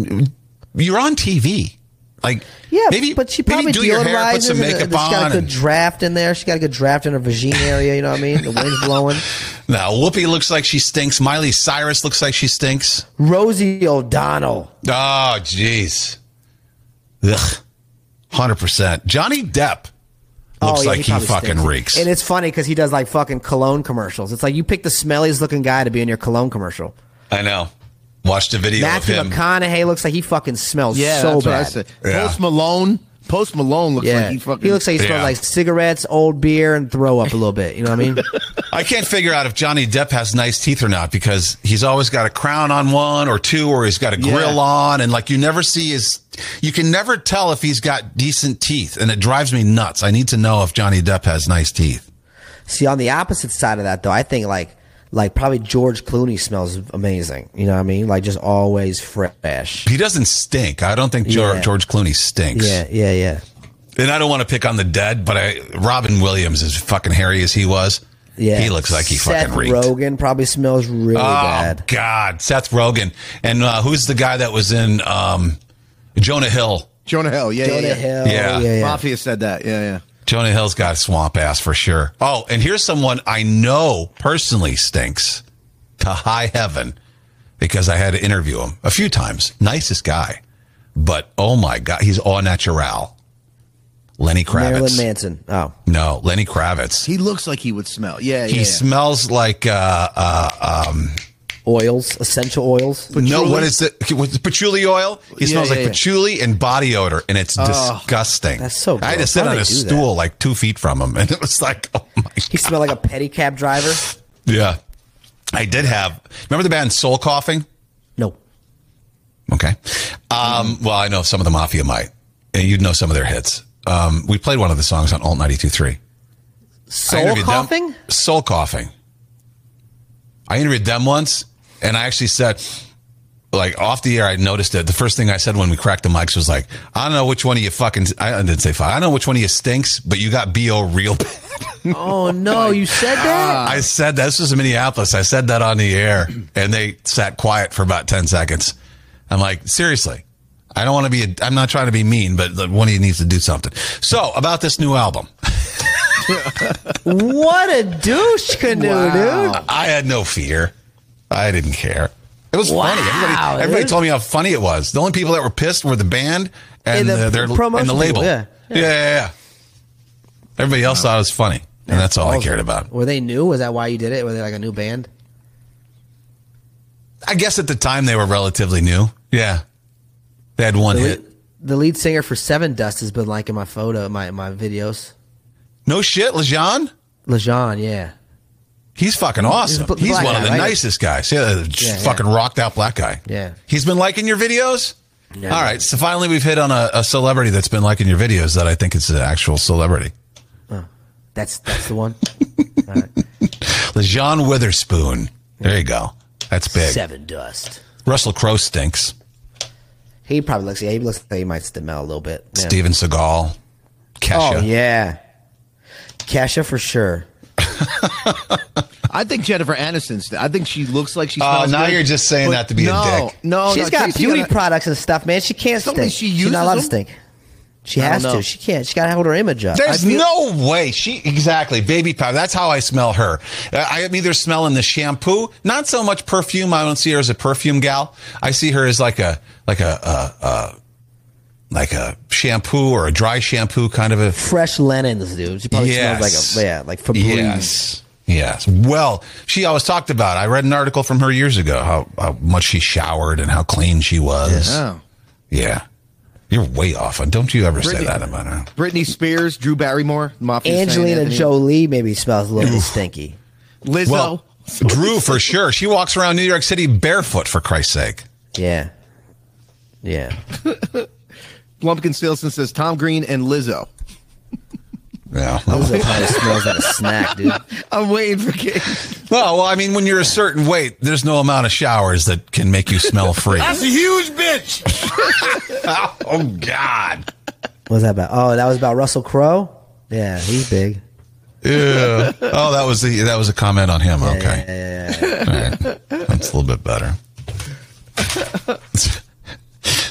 C: you're on TV. Like,
D: Yeah,
C: maybe,
D: but she
C: maybe
D: probably
C: do your hair, put
D: deodorizes
C: some
D: and it-
C: makeup
D: It's got
C: on.
D: a good
C: and-
D: draft in there. She got a good draft in her vagina area. You know what I mean? The wind's blowing.
C: now, Whoopi looks like she stinks. Miley Cyrus looks like she stinks.
D: Rosie O'Donnell.
C: Oh, jeez. Ugh. 100%. Johnny Depp looks
D: Oh, yeah,
C: like he,
D: probably
C: fucking
D: stinks.
C: reeks.
D: And it's funny because he does like fucking cologne commercials. It's like you pick the smelliest looking guy to be in your cologne commercial.
C: I know. Watched a video
D: Matthew
C: of him.
D: McConaughey looks like he fucking smells
F: Yeah,
D: so
F: that's
D: bad.
F: what I said. Post Malone. Post Malone looks like he fucking.
D: He looks like he smells
C: Yeah.
D: like cigarettes, old beer, and throw up a little bit. You know what I mean?
C: I can't figure out if Johnny Depp has nice teeth or not because he's always got a crown on one or two, or he's got a grill
F: Yeah.
C: on, and like you never see his. You can never tell if he's got decent teeth, and it drives me nuts. I need to know if Johnny Depp has nice teeth.
D: See, on the opposite side of that though, I think like like probably George Clooney smells amazing. You know what I mean? Like just always fresh.
C: He doesn't stink. I don't think George,
D: Yeah.
C: George Clooney stinks.
D: Yeah, yeah, yeah.
C: And I don't want to pick on the dead, but I, Robin Williams is fucking hairy as he was.
D: Yeah.
C: he looks like he
D: Seth
C: fucking reeked. Oh,
D: Rogen probably smells really bad.
C: God, Seth Rogen, and uh, who's the guy that was in um, Jonah Hill?
F: Jonah Hill. Yeah,
D: Jonah
F: yeah, yeah.
D: Hill, Yeah. yeah, yeah.
F: Mafia said that. Yeah, yeah.
C: Jonah Hill's got a swamp ass for sure. Oh, and here's someone I know personally stinks to high heaven because I had to interview him a few times. Nicest guy, but oh my god, he's all natural. Lenny Kravitz.
D: Marilyn Manson. Oh.
C: No, Lenny Kravitz.
F: He looks like he would smell. Yeah,
C: He
F: yeah. yeah.
C: smells like uh, uh, um,
D: Oils, essential oils.
C: no. What is it? With patchouli oil. He
D: Yeah,
C: smells
D: yeah,
C: like
D: yeah.
C: patchouli and body odor, and it's
D: Oh,
C: disgusting.
D: that's so
C: I had to
D: gross.
C: sit
D: How do
C: on
D: they
C: a
D: do that?
C: stool like two feet from him, and it was like, oh my
D: He smelled like a pedicab driver.
C: Yeah. I did have. Remember the band Soul Coughing?
D: No.
C: Okay. Um, well, I know some of the Mafia might, and you'd know some of their hits. Um, we played one of the songs on Alt 92.3. I
D: Soul
C: interviewed them-
D: coughing?
C: Soul Coughing. I interviewed them once, and I actually said, like, off the air, I noticed it. The first thing I said when we cracked the mics was like, I don't know which one of you fucking, I didn't say fuck, I don't know which one of you stinks, but you got B.O. real bad.
D: Oh no, you said that?
C: I said that. This was in Minneapolis. I said that on the air, and they sat quiet for about ten seconds. I'm like, seriously, I don't want to be. A, I'm not trying to be mean, but the- one of you needs to do something. So about this new album,
D: what a douche canoe, dude.
C: I had no fear. I didn't care. It was
D: Wow,
C: funny. Everybody, everybody
D: dude.
C: told me how funny it was. The only people that were pissed were the band and,
D: And the
C: the, their and
D: promotion
C: the
D: people,
C: label.
D: yeah.
C: yeah, yeah, yeah. Everybody else thought it was funny, and that's all I cared about.
D: Were they new? Was that why you did it? Were they like a new band?
C: I guess at the time they were relatively new. Yeah, they had one
D: The
C: hit.
D: lead, the lead singer for Seven Dust has been liking my photo, my my videos.
C: No shit, Lejean.
D: Lejean, yeah.
C: He's fucking
D: He's
C: awesome.
D: a bl-
C: He's
D: black
C: one of
D: guy,
C: the
D: right?
C: nicest guys. Yeah, the
D: Yeah, yeah.
C: fucking rocked out black guy.
D: Yeah.
C: He's been liking your videos?
D: Yeah.
C: All right. So finally, we've hit on a, a celebrity that's been liking your videos that I think is an actual celebrity.
D: That's that's the one.
C: LeJean Witherspoon. There you go. That's big.
D: Seven Dust.
C: Russell Crowe stinks.
D: He probably looks yeah, he looks like he might smell a little bit. Yeah.
C: Steven Seagal. Kesha.
D: Oh yeah. Kesha for sure.
F: I think Jennifer Aniston's. I think she looks like she.
C: Oh,
F: smells
C: now
F: good,
C: you're just saying
F: but
C: that to be a
F: no,
C: dick.
F: No,
D: She's
F: no,
D: got
F: Casey
D: beauty
F: got a-
D: products and stuff, man. She can't
F: Something
D: stink.
F: she
D: She's
F: uses
D: not allowed
F: them?
D: to stink. She
F: I don't
D: has
F: know.
D: to. She can't. She got to hold her image up.
C: There's
D: I feel-
C: no way she exactly baby powder. That's how I smell her. Uh, I am either smelling the shampoo, not so much perfume. I don't see her as a perfume gal. I see her as like a like a uh, uh, like a shampoo or a dry shampoo kind of a.
D: fresh linens, dude. She probably
C: Yes.
D: smells like a yeah, like Febreze.
C: Yes. Yes. Well, she always talked about. I read an article from her years ago how, how much she showered and how clean she was.
F: Oh.
C: Yeah. You're way off. And don't you ever say that about her.
F: Britney Spears, Drew Barrymore, Mafia. San
D: Angelina
F: Anthony.
D: Jolie maybe smells a little stinky.
F: Lizzo.
C: Well, Drew for sure. She walks around New York City barefoot for Christ's sake.
D: Yeah. Yeah.
F: Lumpkin Stilson says Tom Green and Lizzo.
C: Yeah.
D: Lizzo probably smells like a snack, dude.
F: I'm waiting for Kate.
C: Well, well, I mean, when you're a certain weight, there's no amount of showers that can make you smell free.
L: a huge bitch.
C: oh God.
D: What's that about? Oh, that was about Russell Crowe? Yeah, he's big.
C: Yeah. Oh, that was the that was a comment on him. Okay. All right. That's a little bit better.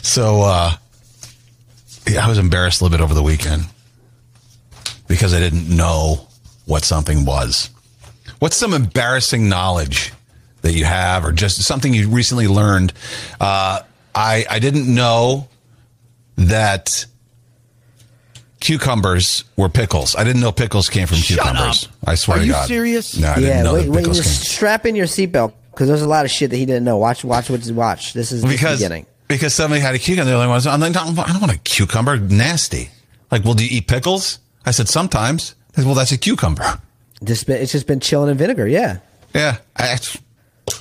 C: so uh yeah, I was embarrassed a little bit over the weekend because I didn't know what something was. What's some embarrassing knowledge that you have or just something you recently learned? Uh I I didn't know that cucumbers were pickles. I didn't know pickles came from cucumbers. I swear
F: Are
C: to
F: you
C: God.
F: serious?
C: No, I didn't
D: yeah,
C: know
D: wait,
C: that
D: wait,
C: pickles
D: just strap in your seatbelt because there's a lot of shit that he didn't know. Watch, watch what you watch. This is
C: came
D: because,
C: because
D: the beginning.
C: because somebody had a cucumber. The other one was, I'm like, "No, I don't want a cucumber. Nasty. Like, well, do you eat pickles? I said sometimes. They said, well, that's a cucumber.
D: Just been, it's just been chilling in vinegar. Yeah.
C: Yeah, I,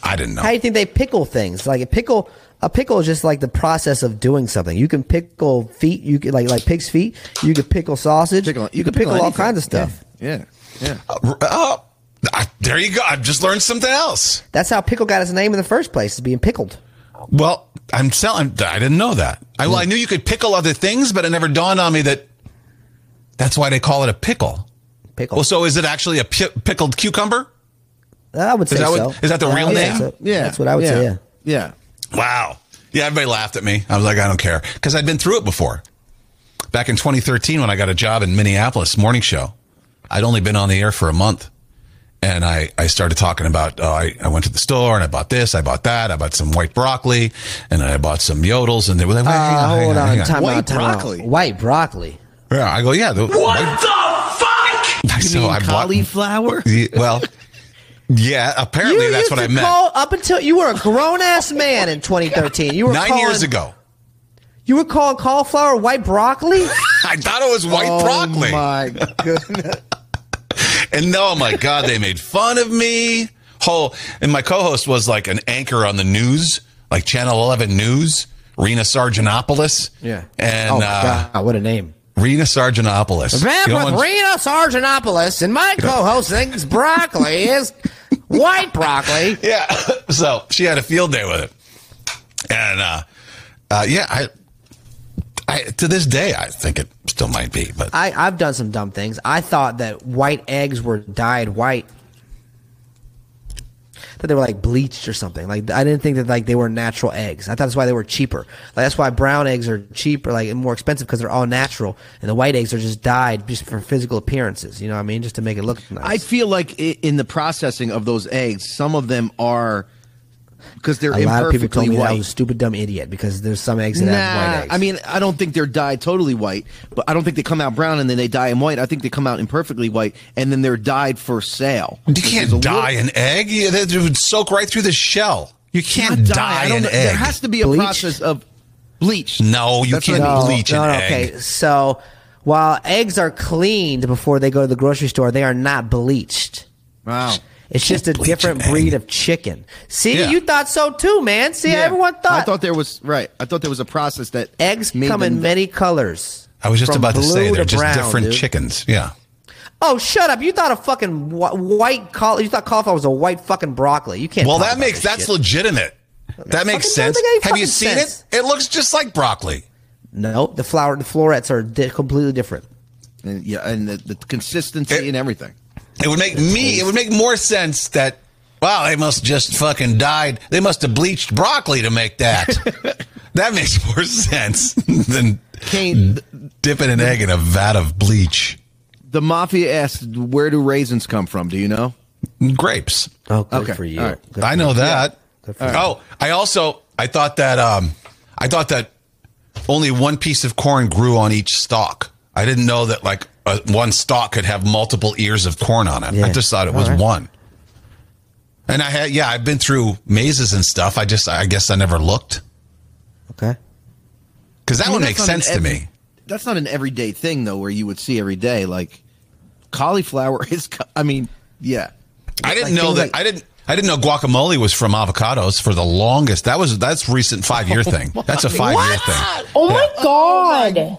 C: I didn't know.
D: How do you think they pickle things? Like a pickle, a pickle is just like the process of doing something. You can pickle feet. You can like like pig's feet. You can pickle sausage. you can pickle, all
F: anything.
D: kinds of stuff.
F: Yeah. Yeah.
C: Uh, oh, I- there you go. I've just learned something else.
D: That's how pickle got his name in the first place. Is being pickled.
C: Well, I'm selling. I didn't know that. I, well, I knew you could pickle other things, but it never dawned on me that that's why they call it a pickle.
D: Pickle.
C: Well, so is it actually a pi pickled cucumber?
D: I would say
C: Is that
D: so.
C: what- is that the
D: Yeah, I
C: real
D: would
C: name?
D: say so.
F: Yeah.
D: that's what I would say. Yeah.
F: Yeah.
C: Wow. Yeah, everybody laughed at me. I was like, I don't care. Because I'd been through it before. Back in 2013, when I got a job in Minneapolis, morning show, I'd only been on the air for a month. And I, I started talking about, oh, I, I went to the store and I bought this, I bought that, I bought some white broccoli, and I bought some yodels. And they were like, wait, Ah, hang
D: Uh,
C: on, hang
D: hold
C: on,
D: on,
C: hang on.
D: time
F: White
D: out, time out.
F: broccoli.
D: White broccoli.
C: Yeah, I go, yeah. The,
L: What the fuck?
C: I- so
F: You mean
C: I bought-
F: cauliflower?
C: Yeah, well, yeah, apparently that's what I meant.
D: Call, up until you were a grown ass man in 2013. You were
C: Nine
D: calling-
C: years ago.
D: You were calling cauliflower white broccoli.
C: I thought it was white
F: oh
C: broccoli.
F: my goodness.
C: And oh my God, they made fun of me. Whole and my co-host was like an anchor on the news, like Channel 11 News, Rena Sargentopoulos.
F: Yeah.
C: and
D: oh my
C: uh,
D: god, what a name!
C: Rena Sargentopoulos.
D: Back
C: You know
D: with
C: when-
D: Reno Sargentopoulos and my co-host thinks broccoli is white broccoli.
C: yeah, so she had a field day with it, and uh, uh, yeah, I, I to this day I think it still might be, but
D: I, I've done some dumb things. I thought that white eggs were dyed white. That they were like bleached or something. Like I didn't think that like they were natural eggs. I thought that's why they were cheaper. Like that's why brown eggs are cheaper, like and more expensive because they're all natural, and the white eggs are just dyed just for physical appearances. You know what I mean? Just to make it look nice.
F: I feel like i in the processing of those eggs, some of them are because they're
D: a lot of people told
F: imperfectly
D: me that I
F: white.
D: was a stupid dumb idiot because there's some eggs that have
F: nah,
D: white eggs.
F: I mean, I don't think they're dyed totally white, but I don't think they come out brown and then they dye them white. I think they come out imperfectly white and then they're dyed for sale.
C: you can't dye an egg. Yeah, that would soak right through the shell. You can't
F: Dye,
C: dye
F: I don't
C: an
F: know.
C: egg.
F: There has to be a
D: Bleach?
F: process of bleach.
C: no, you
F: That's what
C: can't
F: I mean.
C: bleach an egg.
D: Okay, so while eggs are cleaned before they go to the grocery store, they are not bleached.
F: Wow.
D: It's just a
C: Bleach
D: different
C: an egg.
D: breed of chicken. See,
C: Yeah.
D: you thought so too, man. See,
F: Yeah.
D: everyone thought,
F: I thought there was right. I thought there was a process that
D: eggs
F: made
D: come in
F: them-
D: many colors.
C: I was just
D: From
C: about to say
D: blue
C: they're just
D: brown,
C: different
D: dude.
C: chickens. Yeah.
D: Oh, shut up! You thought a fucking wh- white col- you thought cauliflower was a white fucking broccoli. You can't.
C: Well,
D: talk
C: that
D: about
C: makes
D: this
C: that's
D: shit.
C: legitimate. That makes
D: Fucking don't
C: sense.
D: make any
C: Have you
D: fucking
C: seen
D: sense.
C: it? It looks just like broccoli.
D: no. The flower, the florets are di- completely different.
F: and, yeah, and the, the consistency
C: It-
F: and everything.
C: It would make me. It would make more sense that. Wow, they must just fucking died. They must have bleached broccoli to make that. that makes more sense than Mm.
F: Kane,
C: dipping an egg in a vat of bleach.
F: The mafia asked, "Where do raisins come from? Do you know?"
C: Grapes.
D: Oh, good
F: Okay,
D: for you.
F: all right.
D: Good
C: I
D: for
C: know
D: you.
C: that. Oh, I also I thought that um I thought that only one piece of corn grew on each stalk. I didn't know that like uh, one stalk could have multiple ears of corn on it. I
D: Yeah.
C: just thought it
D: All
C: was
D: right.
C: one. And I had yeah, I've been through mazes and stuff. I just I guess I never looked
D: Okay.
C: Because that
F: I mean,
C: would make
F: that's not an
C: sense to
F: ev-
C: me.
F: That's not an everyday thing though, where you would see every day. Like cauliflower is. ca- I mean, yeah.
C: I didn't
F: Like,
C: know
F: things
C: that.
F: like-
C: I didn't. I didn't know guacamole was from avocados for the longest. That was that's recent five year thing. That's a five year thing.
E: Oh my god!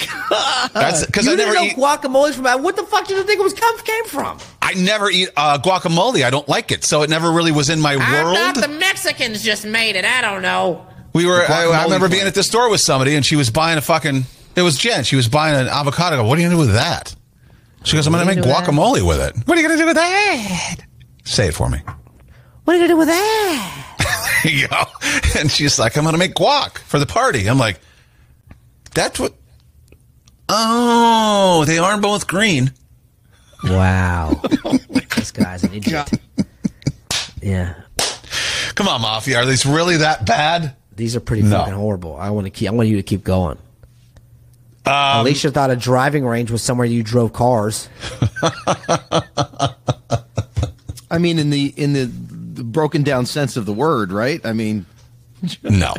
C: That's because
D: you
C: I
D: didn't
C: never
D: know
C: eat.
D: guacamole's from. What the fuck did you think it was come came from?
C: I never eat uh, guacamole. I don't like it, so it never really was in my world.
M: I thought the Mexicans just made it. I don't know.
C: We were. I, I
F: guacamole
C: remember being
F: plant.
C: at the store with somebody, and she was buying a fucking. It was Jen. She was buying an avocado. I go, What are you gonna do with that? She goes, I'm gonna
D: What are
C: make
D: you gonna do with
C: guacamole with it. What are you gonna do with that? Say it for me.
D: What are you gonna do with that?
C: There you go. And she's like, I'm gonna make guac for the party. I'm like, that's what. Oh, they aren't both green.
D: Wow,
C: Oh
D: this guy's an idiot. Yeah,
C: Come on, Mafia. Are these really that bad?
D: these are pretty
C: No.
D: fucking horrible. I want to keep. I want you to keep going.
C: Um,
D: Alicia thought a driving range was somewhere you drove cars.
F: I mean, in the in the, the broken down sense of the word, right? I mean,
C: No.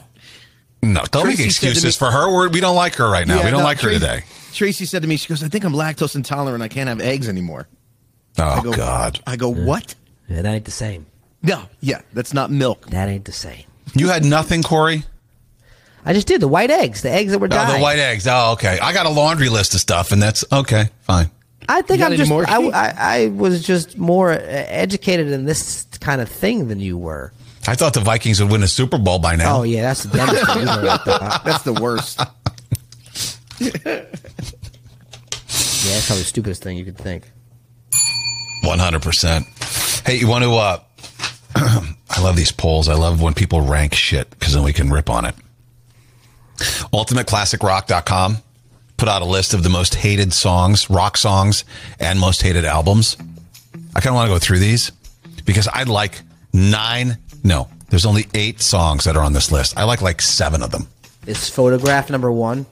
C: No. Don't
F: Tracy
C: make
F: said to
C: excuses
F: me-
C: for her. We're, we don't like her right now.
F: Yeah,
C: we don't
F: no,
C: like her
F: Tracy-
C: today.
F: Tracy said to me, she goes, "I think I'm lactose intolerant. I can't have eggs anymore."
C: Oh,
F: I go,
C: God.
F: I go, what?
D: Yeah, that ain't the same.
F: No, yeah, that's not milk.
D: That ain't the same.
C: You had nothing, Corey?
D: I just did the white eggs, the eggs that were
C: Oh,
D: dying.
C: the white eggs. Oh, okay. I got a laundry list of stuff, and that's okay. Fine.
D: I think
F: You got
D: I'm
F: any
D: just.
F: more?
D: I, I, I was just more uh, educated in this kind of thing than you were.
C: I thought the Vikings would win a Super Bowl by now.
D: Oh yeah, that's the dumbest thing you've ever thought.
F: That's the worst.
D: Yeah, that's probably the stupidest thing you could think.
C: One hundred percent. Hey, you want to? Uh, I love these polls. I love when people rank shit because then we can rip on it. UltimateClassicRock.com put out a list of the most hated songs, rock songs, and most hated albums. I kind of want to go through these because I like nine. No, there's only eight songs that are on this list. I like like seven of them.
D: Is photograph number one?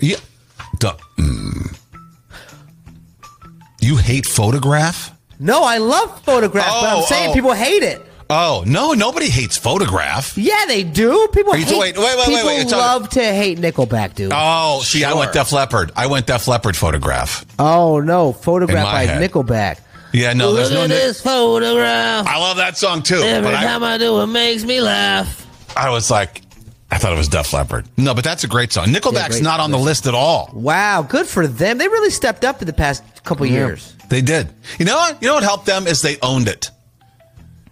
C: Yeah. Duh. Mm. You hate photograph?
D: No, I love photograph, but
C: Oh,
D: I'm saying
C: oh.
D: people hate it.
C: Oh no, nobody hates photograph.
D: Yeah, they do. People
C: Are you-
D: hate.
C: wait, wait, wait, wait,
D: people
C: wait, it's all-
D: love to hate Nickelback, dude.
C: Oh, see, I went Def Leppard. I went Def Leppard photograph.
D: oh no, photograph
C: In my
D: by
C: head.
D: Nickelback.
C: Yeah, no,
D: Look
C: there's no.
D: at
C: Nick-
D: this photograph.
C: I love that song too.
D: Every
C: But
D: time
C: I,
D: I do, it makes me laugh.
C: I was like, I thought it was Def Leppard. No, but that's a great song. Nickelback's
D: great-
C: not on the list at all.
D: Wow, good for them. They really stepped up in the past couple years.
C: They did. You know what? You know what helped them is they owned it.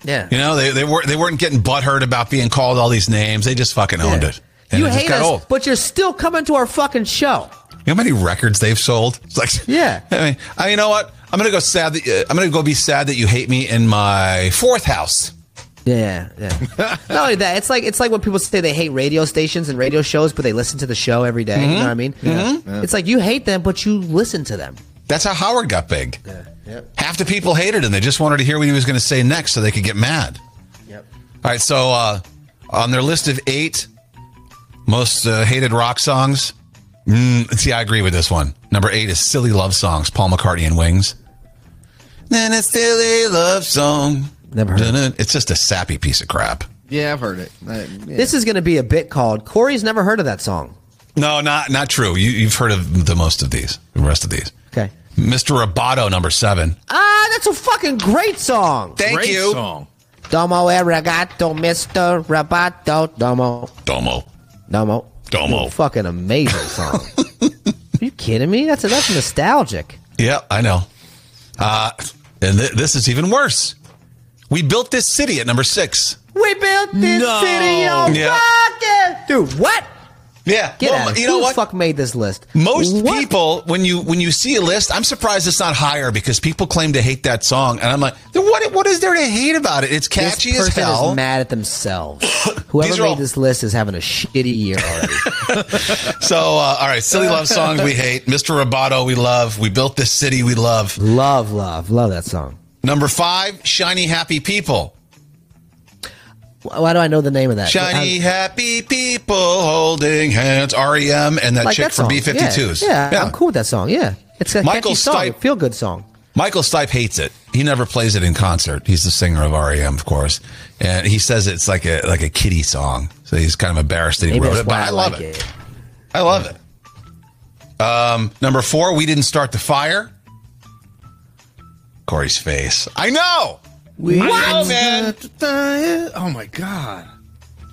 D: Yeah.
C: You know, they they were they weren't getting butthurt about being called all these names. They just fucking owned
D: Yeah.
C: it. And
D: you
C: it just
D: hate
C: got
D: us,
C: old.
D: but you're still coming to our fucking show.
C: You know how many records they've sold? It's like,
D: Yeah.
C: I mean, I, you know what? I'm gonna go sad. That, uh, I'm gonna go be sad that you hate me in my fourth house.
D: Yeah, yeah. Not only that, it's like it's like when people say they hate radio stations and radio shows, but they listen to the show every day, You know what I mean? Mm-hmm. It's like you hate them, but you listen to them.
C: That's how Howard got big. Half the people hated him. They just wanted to hear what he was going to say next so they could get mad.
D: Yep.
C: All right. So uh, on their list of eight most uh, hated rock songs, mm, see, I agree with this one. Number eight is Silly Love Songs, Paul McCartney and Wings. Then a silly love song.
D: Never heard of it.
C: Dun-dun. It's just a sappy piece of crap.
F: yeah, I've heard it. I- yeah.
D: This is going to be a bit called Corey's never heard of that song.
C: No, not not true. You, you've heard of the most of these, the rest of these.
D: Okay.
C: Mr. Roboto, number seven.
D: Ah, that's a fucking great song.
C: Thank
F: Great
C: you.
F: song.
D: Domo e ragazzo, Mr. Roboto. Domo.
C: Domo.
D: Domo.
C: Domo.
D: Fucking amazing song. Are you kidding me? That's that's nostalgic.
C: Yeah, I know. Uh, and th- this is even worse. We built this city at number six.
D: We built this
F: No.
D: city on
C: Yeah.
D: rocket. Dude, what?
C: Yeah,
D: Get out.
C: you know
D: Who the
C: what?
D: fuck made this list?
C: Most
D: What?
C: people, when you when you see a list, I'm surprised it's not higher because people claim to hate that song, and I'm like, then what what is there to hate about it? It's
D: This
C: catchy as
D: person
C: hell.
D: is mad at themselves. Whoever
C: These
D: made
C: are all-
D: this list is having a shitty year already.
C: So, uh, all right, silly love songs we hate. Mr. Roboto we love. We built this city we love.
D: love, love, love that song.
C: Number five, shiny happy people.
D: Why why do I know the name of that?
C: Shiny
D: I-
C: happy people holding hands. REM and that
D: like
C: chick
D: that
C: from
D: song.
C: B52s.
D: Yeah, yeah, I'm cool with that song. Yeah, it's a
C: Michael
D: catchy song,
C: Stipe-
D: feel good song.
C: Michael Stipe hates it. He never plays it in concert. He's the singer of REM, of course, and he says it's like a like a kiddie song. So he's kind of embarrassed that he
D: Maybe
C: wrote
D: that's
C: it.
D: why
C: But I,
D: I
C: love
D: like
C: it.
D: it.
C: I love it. Um, number four, we didn't start the fire. Corey's face. I know.
F: We
C: I know,
F: what?
C: man.
D: uh,
F: Oh my god.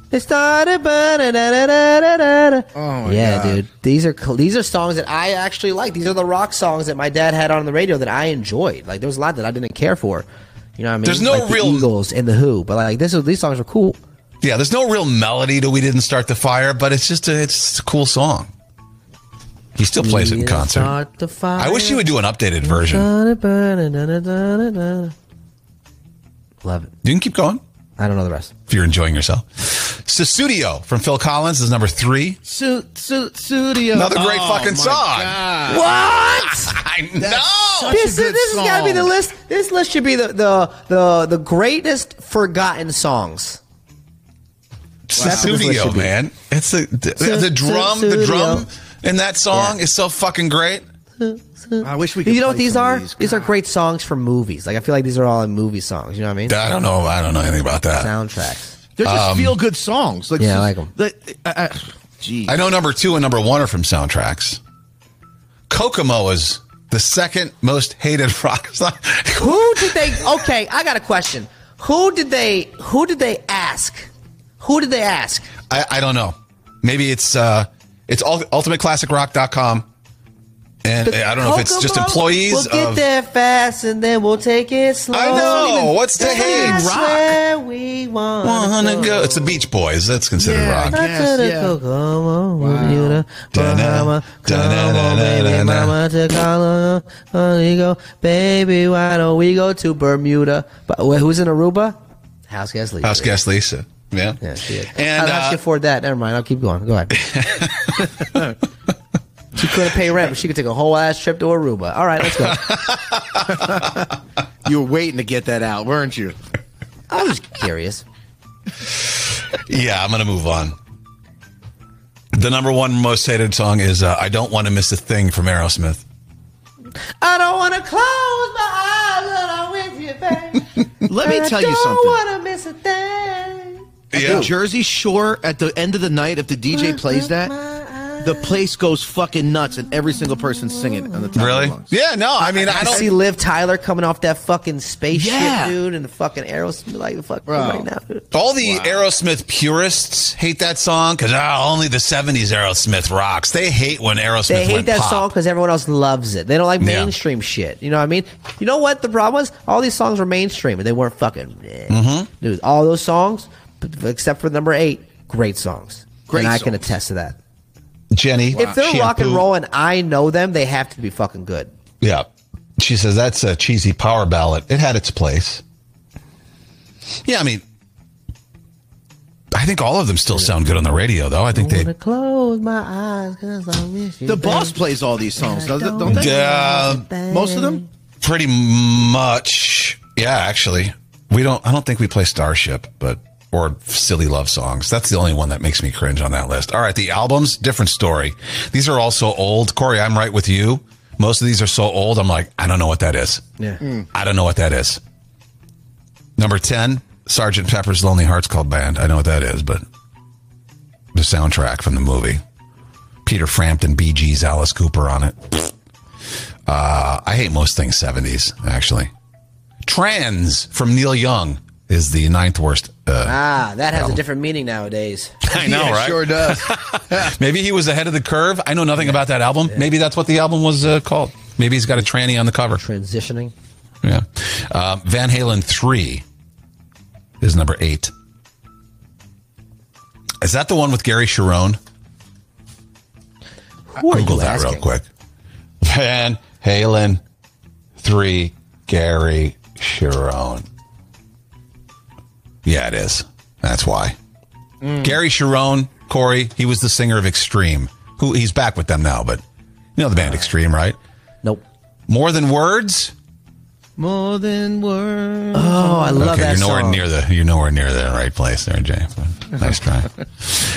D: They started, but da, da, da, da, da, da.
F: Oh my
D: yeah,
F: god.
D: dude. These are cl- these are songs that I actually like. These are the rock songs that my dad had on the radio that I enjoyed. Like there was a lot that I didn't care for. You know what I mean?
C: There's no
D: Like, the
C: real-
D: Eagles and the Who, but like this, was- these songs were cool.
C: Yeah, there's no real melody to "We Didn't Start the Fire," but it's just a it's a cool song. He still plays it in concert.
D: Start the fire.
C: I wish you would do an updated version.
D: Started, but da, da, da, da, da, da. Love it.
C: You can keep going
D: I don't know the rest.
C: if you're enjoying yourself. Susudio from Phil Collins is number three.
F: Suit, suit, studio. Ah.
C: Another great
F: Oh,
C: fucking
F: my
C: song.
F: God.
C: I know.
F: Such
D: This,
F: a good
D: this has got to be the
F: song.
D: list. This list should be the the the, the greatest forgotten songs. That's what this list
C: Susudio,
D: should be.
C: man. It's the the, the drum, the drum in that song is so fucking great.
F: I wish we could.
D: You know
F: play
D: what these
F: some of
D: are? These are great songs from movies. Like I feel like these are all in movie songs. You know what I mean?
C: I don't know. I don't know anything about that.
D: Soundtracks.
F: They're just
C: Um,
F: feel good songs. Like,
D: yeah, I like 'em.
F: like, I- I- Jeez.
C: I know number two and number one are from soundtracks. Kokomo is the second most hated rock song.
D: Who did they? Okay, I got a question. Who did they? Who did they ask? Who did they ask?
C: I, I don't know. Maybe it's uh, it's ul- ultimateclassicrock.com. And I don't know if it's just
D: Kokomo?
C: employees
D: We'll get
C: of.
D: there fast and then we'll take it slow.
C: I know. What's the hate
D: That's
C: rock?
D: where we want
C: Wanna go? It's the Beach Boys. That's considered
F: Yeah,
C: rock.
F: I guess.
D: to the
F: yeah.
D: Kokomo, Bermuda,
C: Da-na,
D: Bahama,
C: da-na,
D: come on,
C: da-na,
D: baby,
C: da-na.
D: mama, to Colorado, Onego. Baby, why don't we go to Bermuda? But wait, who's in Aruba? House guest leader.
C: House guest Lisa. Yeah.
D: Yeah, she is.
C: And,
D: And I
C: uh,
D: can afford that. Never mind. I'll keep going. Go ahead. she couldn't pay rent, but she could take a whole ass trip to Aruba. All right, let's go.
F: You were waiting to get that out, weren't you?
D: I was curious.
C: Yeah, I'm going to move on. The number one most hated song is uh, I Don't Want to Miss a Thing from Aerosmith.
D: I don't want to close my eyes when I'm with you, babe.
F: Let me
D: And
F: tell
D: I
F: you
D: don't
F: something.
D: want to miss a thing.
F: At
C: Yeah.
F: the Jersey Shore at the end of the night, if the DJ plays that, the place goes fucking nuts, and every single person's singing it on the top.
C: Really?
F: Of their lungs.
C: Yeah, no, I mean, I
D: I
C: don't.
D: see Liv Tyler coming off that fucking spaceship,
F: Yeah.
D: dude, and the fucking Aerosmith, like the fuck
F: Bro.
D: right now. dude.
C: All the Aerosmith purists hate that song because only the '70s Aerosmith rocks. They hate when Aerosmith
D: They hate
C: went
D: that
C: pop.
D: song because everyone else loves it. They don't like
C: Yeah.
D: mainstream shit. You know what I mean? You know what the problem was? All these songs were mainstream, and they weren't fucking. eh.
F: Mm-hmm.
D: Dude, all those songs, p- except for number eight, great songs.
F: Great
D: and I can
F: songs.
D: attest to that.
C: Jenny,
D: If they're rock and
C: shampoo.
D: roll and I know them, they have to be fucking good.
C: yeah, she says that's a cheesy power ballad. It had its place. Yeah, I mean, I think all of them still sound good on the radio, though. I think they.
D: Wanna close my eyes 'cause I miss you,
F: The boss
D: babe.
F: plays all these songs, doesn't don't they?
C: Yeah,
F: Most of them.
C: pretty much. Yeah, actually, we don't. I don't think we play Starship, but or silly love songs. That's the only one that makes me cringe on that list. All right, the albums, different story. These are all so old, Corey. I'm right with you. Most of these are so old. I'm like, I don't know what that is.
D: Yeah.
C: I don't know what that is. Number ten, Sergeant Pepper's Lonely Hearts Club Band. I know what that is, but the soundtrack from the movie. Peter Frampton, Bee Gees, Alice Cooper on it. Uh, I hate most things 70s, actually. Trans from Neil Young is the ninth worst. Uh,
D: Ah, that has a different meaning nowadays.
C: I know,
F: Yeah,
C: right?
F: Sure does.
C: Maybe he was ahead of the curve. I know nothing about that album. Maybe that's what the album was uh, called. Maybe he's got a tranny on the cover.
D: Transitioning.
C: Yeah. Uh, Van Halen 3 is number eight. Is that the one with Gary Sharon?
D: Who are
C: Google
D: you
C: that
D: asking?
C: real quick. Van Halen 3 Gary Sharon. Yeah, it is. That's why.
D: Mm.
C: Gary Sharon, Corey, he was the singer of Extreme. Who he's back with them now, but you know the band Extreme, right?
D: Nope.
C: More than words.
F: More than words.
D: Oh, I love
C: okay,
D: that
C: you're nowhere
D: song.
C: near the you're nowhere near the right place there, Jay. But nice try.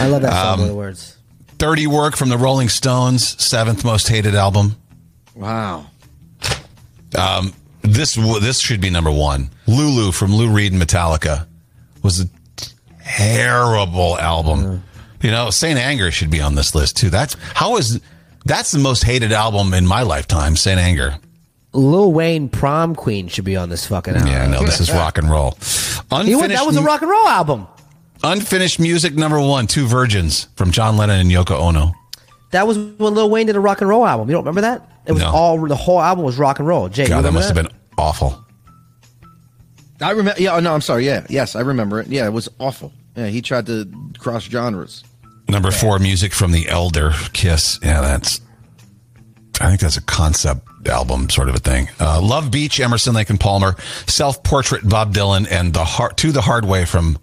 D: I love that
C: Um,
D: song. by the words.
C: Dirty Work from the Rolling Stones, seventh most hated album.
F: wow.
C: This w- this should be number one. Lulu from Lou Reed and Metallica was a terrible album. You know, Saint Anger should be on this list too. That's how is that's the most hated album in my lifetime, Saint Anger.
D: Lil Wayne Prom Queen should be on this fucking album.
C: Yeah, no, this is rock and roll. Unfinished,
D: He went, that was a rock and roll album.
C: Unfinished music number one, Two Virgins from John Lennon and Yoko Ono.
D: That was when Lil Wayne did a rock and roll album. You don't remember that? It was
C: No.
D: all the whole album was rock and roll. Jay,
C: God, that must have been awful.
F: I remember. Yeah, oh, no, I'm sorry. Yeah, yes, I remember it. Yeah, it was awful. Yeah, he tried to cross genres.
C: Number four, music from the Elder Kiss. Yeah, that's. I think that's a concept album sort of a thing. Uh, Love Beach, Emerson, Lake and Palmer, Self Portrait, Bob Dylan, and the hard, To the Hard Way from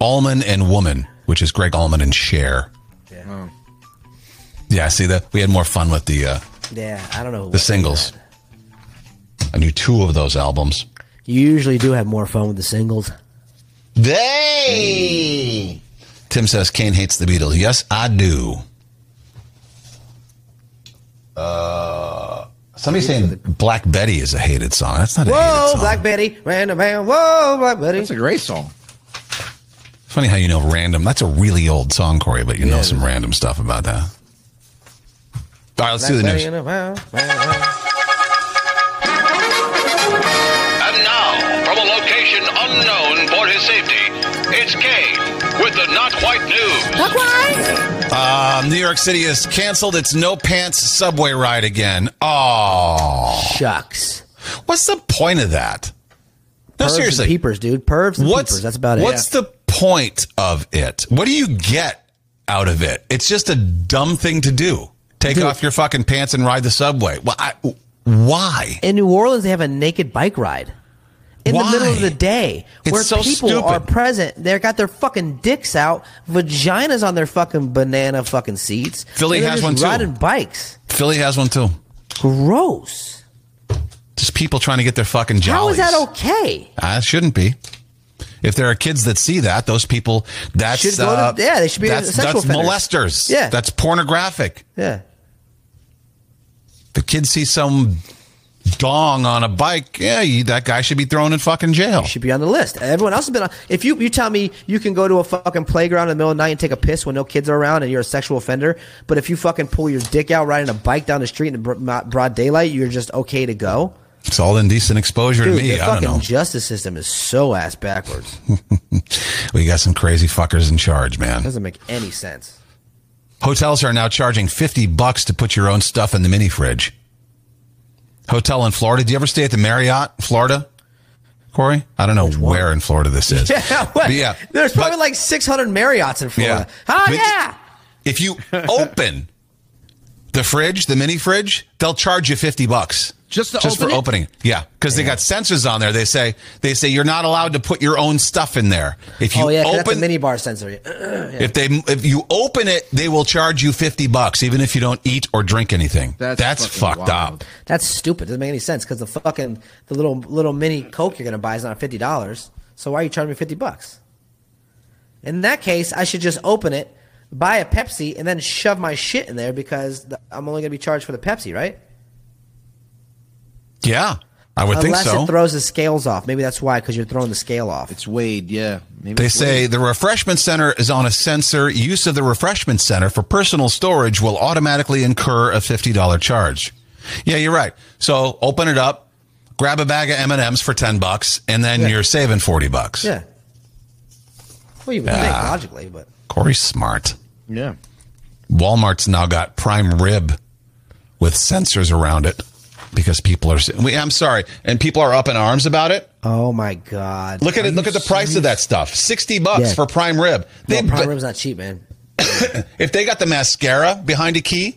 C: Allman and Woman, which is Greg Allman and Cher.
D: Yeah.
C: Yeah, see that we had more fun with the uh,
D: Yeah, I don't know.
C: the singles. I knew two of those albums.
D: You usually do have more fun with the singles.
C: They. Tim says Kane hates the Beatles. Yes, I do. Uh, somebody's saying Black Betty is a hated song. That's not a hated
D: Whoa,
C: song.
D: Black Betty, random man. Whoa, Black Betty. That's
F: a great song.
C: Funny how you know random. That's a really old song, Corey, but you know some random stuff about that. All right, let's do the news.
L: And now, from a location unknown for his safety, it's Kane with the Not Quite News. Not Quite?
C: Um, New York City has canceled its no pants subway ride again. Oh,
D: shucks.
C: What's the point of that? No,
D: Pervs and
C: seriously,
D: peepers, dude. Pervs and
C: what's,
D: peepers. That's about it.
C: What's the point of it? What do you get out of it? It's just a dumb thing to do. Take off your fucking pants and ride the subway. Well, I, why?
D: In New Orleans, they have a naked bike ride in
C: Why?
D: the middle of the day
C: It's
D: where
C: so
D: people
C: stupid.
D: are present. They've got their fucking dicks out, vaginas on their fucking banana fucking seats.
C: Philly
D: and they're
C: has
D: just
C: one, too.
D: Riding bikes.
C: Philly has one too.
D: Gross.
C: Just people trying to get their fucking
D: How
C: jollies.
D: is that okay?
C: Uh, it shouldn't be. If there are kids that see that, those people that's
D: Should go to-
C: uh,
D: yeah, they should be
C: that's,
D: sexual
C: that's
D: offenders.
C: molesters.
D: Yeah.
C: that's pornographic.
D: Yeah.
C: If the kids see some dong on a bike, yeah, you, that guy should be thrown in fucking jail.
D: Should be on the list. Everyone else has been on. If you, you tell me you can go to a fucking playground in the middle of the night and take a piss when no kids are around and you're a sexual offender, but if you fucking pull your dick out riding a bike down the street in bro- not broad daylight, you're just okay to go.
C: It's all indecent exposure
D: Dude,
C: to me.
D: the
C: I don't
D: fucking
C: know.
D: justice system is so ass backwards.
C: We got some crazy fuckers in charge, man.
D: doesn't make any sense.
C: Hotels are now charging 50 bucks to put your own stuff in the mini fridge. Hotel in Florida. Do you ever stay at the Marriott, Florida? Corey? I don't know where in Florida this is.
D: Yeah, what?
C: But yeah.
D: There's probably like 600 Marriotts in Florida.
C: Yeah.
D: Oh
C: But-
D: yeah,
C: If you open the fridge, the mini fridge, they'll charge you 50 bucks.
F: Just to
C: for
F: open it?
C: opening. Yeah, cuz they got sensors on there. They say they say you're not allowed to put your own stuff in there. If you
D: oh yeah, 'cause that's a
C: open
D: mini bar sensor. Yeah.
C: If they if you open it, they will charge you 50 bucks even if you don't eat or drink anything. That's, fucked up.
D: That's stupid. Doesn't make any sense because the fucking the little little mini Coke you're gonna buy is not fifty dollars. So why are you charging me fifty bucks? In that case, I should just open it, buy a Pepsi, and then shove my shit in there because the, I'm only gonna be charged for the Pepsi, right?
C: Yeah. I would
D: Unless
C: think so.
D: it throws the scales off. Maybe that's why because you're throwing the scale off. It's
F: weighed, yeah. Maybe
C: They say the refreshment center is on a sensor. Use of the refreshment center for personal storage will automatically incur a $50 charge. Yeah, you're right. So open it up, grab a bag of M&Ms for 10 bucks and then you're saving 40 bucks.
D: Yeah. Well, you would think
C: Yeah.
D: logically, but
C: Corey's smart.
F: Yeah.
C: Walmart's now got prime rib with sensors around it because people are we, I'm sorry, and people are up in arms about it.
D: oh my god,
C: Look at it. Look at the price of that stuff. 60 bucks
D: Yeah.
C: for prime rib. They,
D: Well, prime rib's not cheap, man.
C: If they got the mascara behind a key,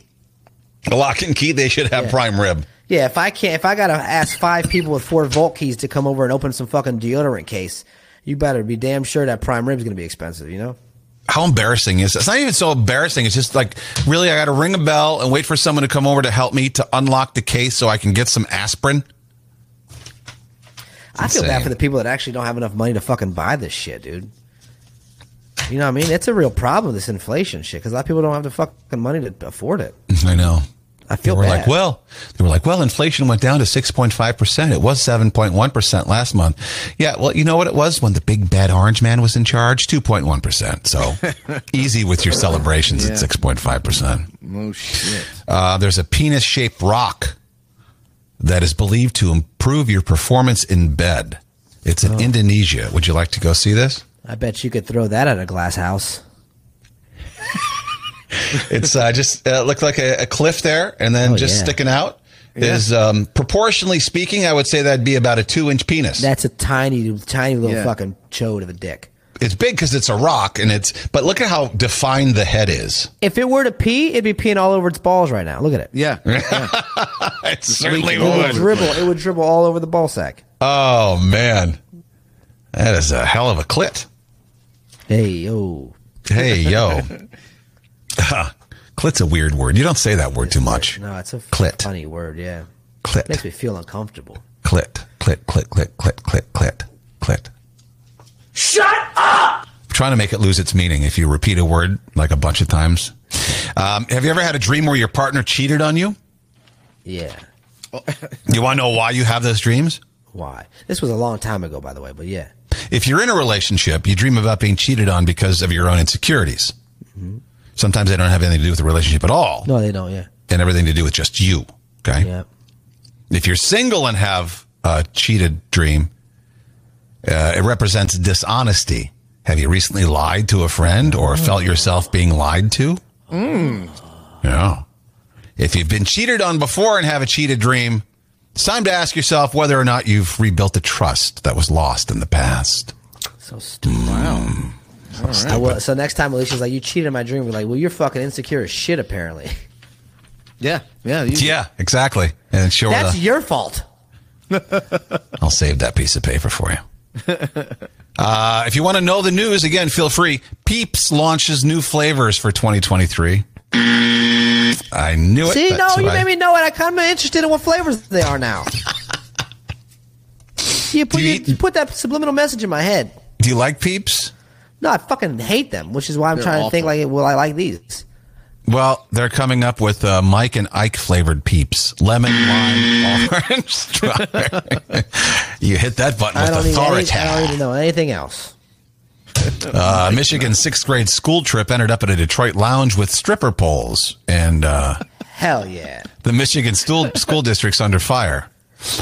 C: the lock and key, they should have
D: Yeah.
C: prime rib.
D: Yeah, if I can't, if I gotta ask five people with four volt keys to come over and open some fucking deodorant case, you better be damn sure that prime rib's gonna be expensive. You know?
C: How embarrassing is that? It's not even so embarrassing. It's just like, really, I got to ring a bell and wait for someone to come over to help me to unlock the case so I can get some aspirin.
D: I feel bad
C: insane.
D: for the people that actually don't have enough money to fucking buy this shit, dude. You know what I mean? It's a real problem, this inflation shit, because a lot of people don't have the fucking money to afford it.
C: I know.
D: I feel
C: they were
D: bad.
C: like, well, they were like, well, inflation went down to 6.5%. It was 7.1% last month. Yeah. Well, you know what it was when the big bad orange man was in charge? 2.1%. So easy with your celebrations at
F: Yeah.
C: 6.5%.
F: Oh shit.
C: Uh, there's a penis shaped rock that is believed to improve your performance in bed. It's
D: Oh.
C: in Indonesia. Would you like to go see this?
D: I bet you could throw that at a glass house.
C: It's uh, just uh, looked like a, a cliff there, and then
D: Oh,
C: just
D: yeah.
C: sticking out
D: Yeah.
C: is um, proportionally speaking, I would say that'd be about a two inch penis.
D: That's a tiny, tiny little
C: Yeah.
D: fucking chode of a dick.
C: It's big because it's a rock, and it's but look at how defined the head is.
D: If it were to pee, it'd be peeing all over its balls right now. Look at it.
F: Yeah,
C: it certainly
D: it would
C: would.
D: dribble. It would dribble all over the ball sack.
C: Oh man, that is a hell of a clit.
D: Hey yo,
C: hey yo, Huh. clit's a weird word. You don't say that word too much.
D: No, it's a
C: Clit.
D: funny word. Yeah,
C: Clit.
D: makes me feel uncomfortable.
C: Clit, clit, clit, clit, clit, clit, clit, clit.
L: Shut
C: I'm trying to make it lose its meaning if you repeat a word like a bunch of times. Um, have you ever had a dream where your partner cheated on you?
D: Yeah.
C: You want to know why you have those dreams?
D: Why? This was a long time ago, by the way, but yeah.
C: If you're in a relationship, you dream about being cheated on because of your own insecurities. Sometimes they don't have anything to do with the relationship at all
D: No, they don't. Yeah.
C: and everything to do with just you. Okay.
D: Yep.
C: If you're single and have a cheated dream, uh, it represents dishonesty. Have you recently lied to a friend or felt yourself being lied to? Yeah. If you've been cheated on before and have a cheated dream, it's time to ask yourself whether or not you've rebuilt the trust that was lost in the past.
D: So stupid. Wow.
C: Mm.
D: I will, so next time Alicia's like, "You cheated in my dream," we're like, "Well, you're fucking insecure as shit, apparently."
F: Yeah. Yeah.
C: Yeah, exactly. And sure,
D: That's
C: the-
D: your fault.
C: I'll save that piece of paper for you. Uh, if you want to know the news, again, feel free. Peeps launches new flavors for 2023. I knew it.
D: See, no,
C: That's
D: you
C: why-
D: made me know it. I kind of interested in what flavors they are now. you put you, you put that subliminal message in my head.
C: Do you like Peeps?
D: No, I fucking hate them, which is why I'm
C: They're
D: trying to think like, will I like these?
C: Well, they're coming up with uh, Mike and Ike flavored Peeps, lemon, lime, orange, strawberry. you hit that button
D: I don't
C: with
D: even, I don't
C: authority.
D: even- I don't even know anything else.
C: Uh, Michigan's sixth grade school trip ended up at a Detroit lounge with stripper poles and. Uh,
D: Hell yeah.
C: the Michigan school school district's under fire.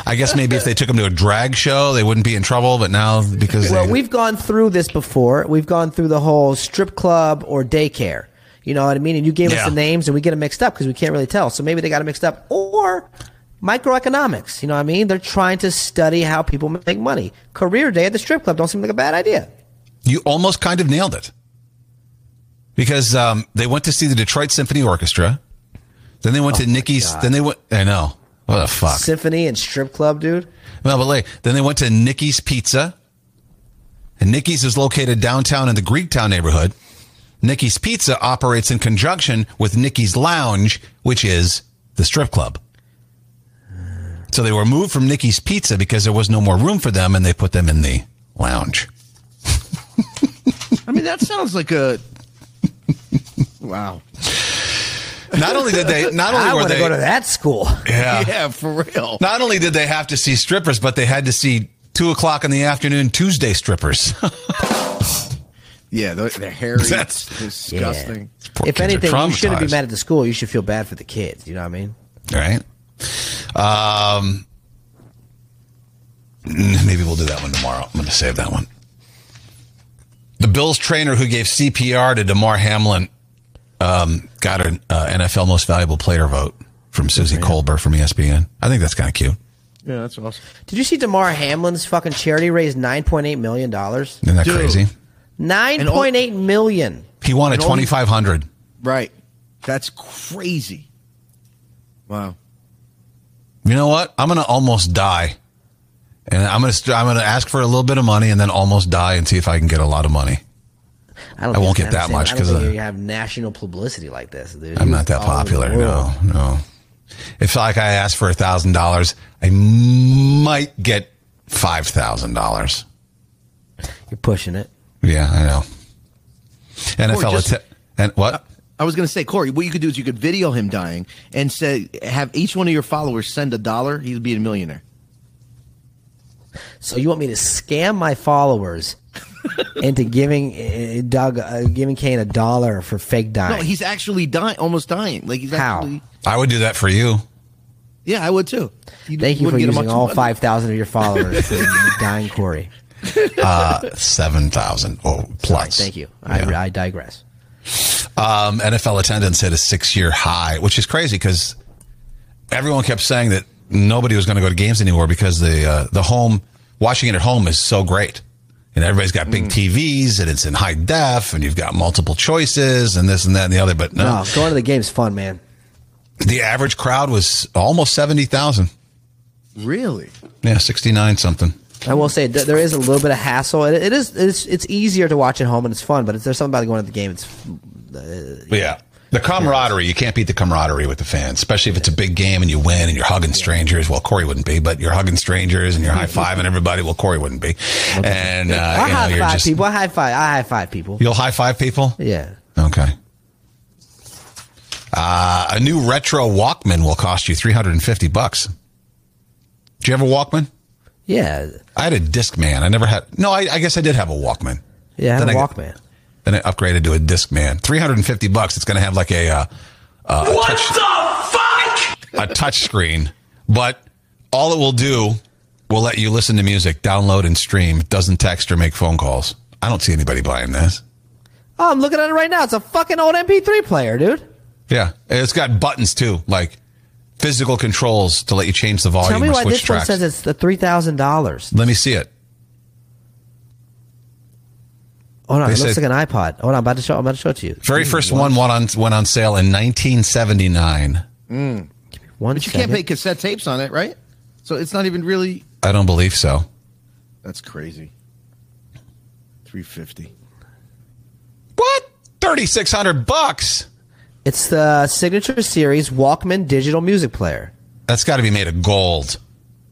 C: I guess maybe if they took them to a drag show, they wouldn't be in trouble. But now because
D: Well,
C: they,
D: we've gone through this before. We've gone through the whole strip club or daycare. You know what I mean? And you gave
C: Yeah.
D: us the names, and we get them mixed up because we can't really tell. So maybe they got it mixed up, or microeconomics. You know what I mean? They're trying to study how people make money. Career day at the strip club don't seem like a bad idea.
C: you almost kind of nailed it because um, they went to see the Detroit Symphony Orchestra, then they went to Nikki's. Then they went. I know what the fuck.
D: Symphony and strip club, dude.
C: No, but like, then they went to Nikki's Pizza. And Nikki's is located downtown in the Greektown neighborhood. Nikki's Pizza operates in conjunction with Nikki's Lounge, which is the strip club. So they were moved from Nikki's Pizza because there was no more room for them, and they put them in the lounge.
F: I mean, that sounds like a. Wow.
C: Not only did they, not only
F: I
C: were
F: wanna
C: they
F: go to that
D: school.
C: Yeah,
F: Yeah, for real.
C: Not only did they have to see strippers, but they had to see two o'clock in the afternoon Tuesday strippers.
F: Yeah, they're, they're hairy.
C: That's-
F: That's disgusting.
C: Poor
D: if
C: kids are
D: anything, you shouldn't be
C: traumatized.
D: mad at the school. You should feel bad for the kids. You know what I mean?
C: All right. Um, maybe we'll do that one tomorrow. I'm going to save that one. The Bills trainer who gave CPR to DeMar Hamlin um, got an uh, NFL Most Valuable Player vote from Susie Colbert from E ESPN. I think that's kind of cute.
F: Yeah, that's awesome.
D: Did you see Damar Hamlin's fucking charity raised nine point eight million dollars?
C: Isn't that crazy?
D: Nine point eight million.
C: He wanted
D: And all he-
C: 2500
F: Right. That's crazy. Wow.
C: You know what? I'm going to almost die. And I'm going to I'm going to ask for a little bit of money and then almost die and see if I can get a lot of money. I,
D: don't think
C: won't
D: you
C: get
D: have
C: that
D: the same-
C: much
D: I don't
C: because
D: think you have national publicity like this, dude.
C: I'm
D: You
C: not that
D: all over the
C: popular.
D: world.
C: No, no. If like I asked for a thousand dollars, I might get five thousand dollars.
D: You're pushing it.
C: Yeah, I know.
F: Or
C: NFL
F: just-
C: att- and what?
F: I I was going to say, Corey, what you could do is you could video him dying and say, have each one of your followers send a dollar. He'd be a millionaire.
D: So you want me to scam my followers into giving uh, Doug, uh, giving Kane a dollar for fake dying?
F: No, he's actually dying, almost dying. Like he's
D: How?
F: actually.
C: I would do that for you.
F: Yeah, I would too.
D: Thank you
F: wouldn't
D: for
F: get him
D: using
F: much
D: all
F: money.
D: five thousand of your followers for dying Corey.
C: Uh, 7,000 oh, plus.
D: thank you. I, I digress.
C: Um, NFL attendance hit a six year high, which is crazy because everyone kept saying that nobody was going to go to games anymore because the uh, the home watching it at home is so great, and everybody's got big TVs and it's in high def, and you've got multiple choices and this and that and the other. But no,
D: No, Oh, going to the game's fun, man.
C: the average crowd was almost seventy thousand.
F: Really?
C: Yeah, sixty nine something.
D: I will say th- there is a little bit of hassle. It, it is it's it's easier to watch at home and it's fun, but it's, there's something about going to the game. It's
C: But yeah. The camaraderie, you can't beat the camaraderie with the fans, especially if it's a big game and you win and you're hugging strangers. Well, Corey wouldn't be, but you're hugging strangers and you're high fiving everybody. Well, Corey wouldn't be. And, uh,
D: I
C: you know,
D: high
C: you're
D: five
C: just,
D: people. I high five. I high five people.
C: you'll high five people?
D: Yeah.
C: Okay. Uh, a new retro Walkman will cost you 350 bucks. Do you have a Walkman?
D: Yeah.
C: I had a Discman. I never had, no, I, I guess I did have a Walkman.
D: Yeah, I had
C: Then
D: a
C: I-
D: Walkman.
C: Then it upgraded to a Discman. 350 bucks. It's going to have like a, uh, uh, a
L: what
C: touch-
L: the fuck?
C: a touchscreen, but all it will do will let you listen to music, download and stream. It doesn't text or make phone calls. I don't see anybody buying this.
D: Oh, I'm looking at it right now. It's a fucking old MP3 player, dude.
C: Yeah, And it's got buttons too, like physical controls to let Oh, you change the volume
D: Tell me
C: or
D: why
C: switch
D: this
C: tracks.
D: one says it's the three thousand dollars.
C: let me see it.
D: Hold on,
C: They
D: it looks
C: said-
D: like an iPod. Hold on, I'm about to show. I'm about to show it to you.
C: Very first one went on went on sale in 1979.
F: Mm.
D: One
F: But you can't
D: second.
F: pay cassette tapes on it, right? So it's not even really.
C: I don't believe so.
F: That's crazy. Three fifty.
C: What? 3600 bucks.
D: It's the Signature Series Walkman digital music player.
C: That's got to be made of gold.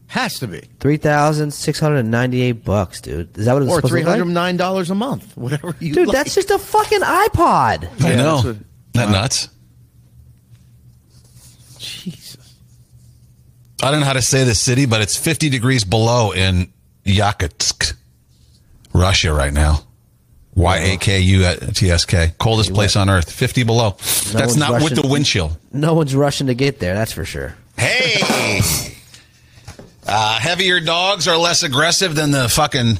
F: Has to be.
D: Three thousand six hundred ninety-eight bucks, dude. Is that what it's
F: Or
D: supposed to
F: three
D: look like?
F: hundred nine dollars a month, whatever you.
D: Dude,
F: like.
D: that's just a fucking iPod.
C: I
F: Yeah,
C: know.
F: that's
C: Isn't that nuts?
F: Jesus.
C: I don't know how to say this city, but it's 50 degrees below in Yakutsk, Russia right now. Y A K U T S K. Coldest place on earth. 50 below. That's
D: one's
C: not with
D: Russian.
C: the wind chill.
D: No one's rushing to get there. That's for sure.
C: Hey! uh, heavier dogs are less aggressive than the fucking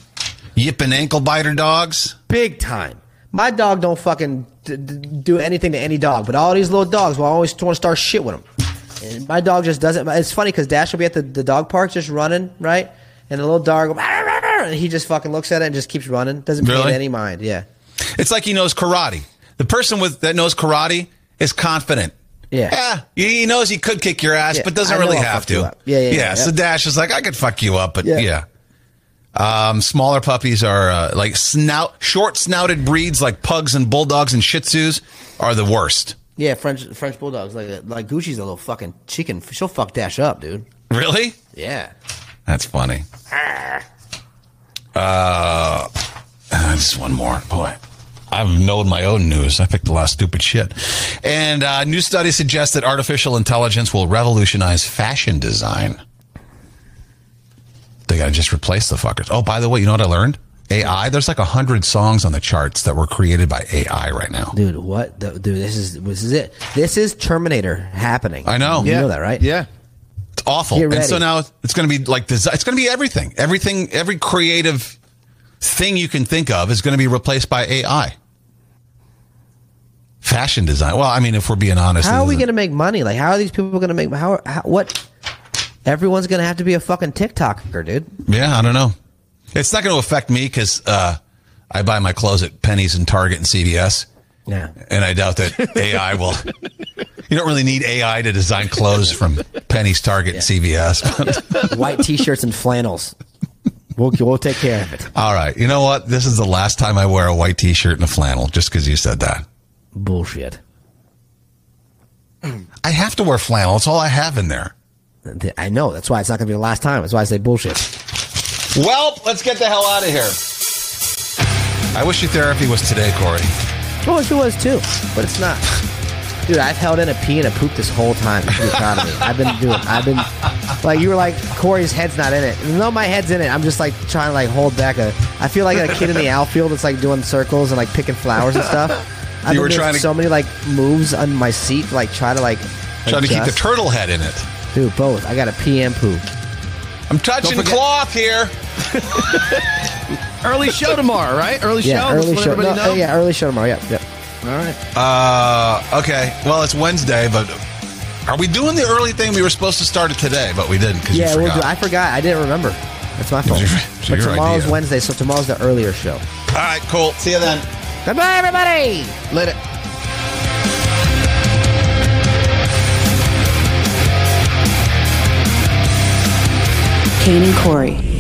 C: yipping ankle biter dogs.
D: Big time. My dog don't fucking d- d- do anything to any dog, but all these little dogs will always want to start shit with them. And my dog just doesn't. It's funny because Dash will be at the, the dog park just running, right? And the little dog, will, "Arr, arr, arr," and he just fucking looks at it and just keeps running. Doesn't pay
C: Really?
D: it any mind. Yeah.
C: It's like he knows karate. The person with that knows karate is confident.
D: Yeah.
C: Yeah, he knows he could kick your ass,
D: Yeah,
C: but doesn't
D: I know
C: really
D: I'll
C: have
D: fuck
C: to.
D: you up. Yeah, yeah,
C: yeah.
D: yeah,
C: So
D: yep.
C: Dash is like, I could fuck you up, but yeah.
D: Yeah.
C: Um, smaller puppies are uh, like snout, short snouted breeds like pugs and bulldogs and shih tzus are the worst.
D: Yeah, French French bulldogs like like Gucci's a little fucking chicken. She'll fuck Dash up, dude.
C: Really?
D: Yeah.
C: That's funny. Uh, uh, just one more. Boy, I've known my own news. I picked a lot of stupid shit. And uh, new study suggests that artificial intelligence will revolutionize fashion design. They got to just replace the fuckers. Oh, by the way, you know what I learned? AI. There's like a hundred songs on the charts that were created by AI right now.
D: Dude, what? The, dude, this is this is it. This is Terminator happening.
C: I know.
D: You
C: Yeah.
D: know that, right?
F: Yeah.
C: It's awful.
D: Get
C: And so
D: ready.
C: now it's going to be like design. It's going to be everything. Everything. Every creative thing you can think of is going to be replaced by AI. Fashion design. Well, I mean, if we're being honest,
D: How are we
C: this
D: going
C: is-
D: to make money? Like, how are these people going to make? How, how? What? Everyone's going to have to be a fucking TikToker, dude.
C: Yeah, I don't know. It's not going to affect me because uh, I buy my clothes at Penny's and Target and CVS,
D: Yeah.
C: and I doubt that AI will. You don't really need AI to design clothes from Penny's, Target, and CVS.
D: White t-shirts and flannels. We'll we'll take care of it.
C: All right. You know what? This is the last time I wear a white t shirt and a flannel just because you said that.
D: Bullshit.
C: I have to wear flannel. It's all I have in there.
D: I know. That's why it's not going to be the last time. That's why I say bullshit.
C: Well, let's get the hell out of here. I wish your therapy was today, Corey.
D: Well, it was too, but it's not. Dude, I've held in a pee and a poop this whole time. You're proud of me. I've been doing. I've been like you were like Corey's head's not in it. Even though my head's in it, I'm just like trying to like hold back a. I feel like a kid in the outfield that's like doing circles and like picking flowers and stuff. I've
C: You
D: been
C: were
D: doing
C: trying to-
D: so many like moves on my seat, to, like try to like
C: Trying to keep the
D: adjust.
C: turtle head in it.
D: Dude, both. I got a pee and poop.
C: I'm touching
F: Don't forget-
C: cloth here.
F: Early show tomorrow, right? Early
D: yeah,
F: show.
D: early
F: Let
D: show.
F: everybody
D: no, oh,
F: know.
D: Yeah, early show tomorrow. Yep, yep.
F: All right.
C: Uh, okay. Well, it's Wednesday, but are we doing the early thing? We were supposed to start it today, but we didn't because
D: Yeah,
C: you
D: we'll
C: forgot.
D: do. I forgot. I didn't remember. That's my fault.
C: your- it's
D: but
C: your
D: tomorrow's
C: idea.
D: Wednesday, so tomorrow's the earlier show.
C: All right, cool. See you then.
D: Goodbye, everybody.
F: Later.
A: Kane and Corey.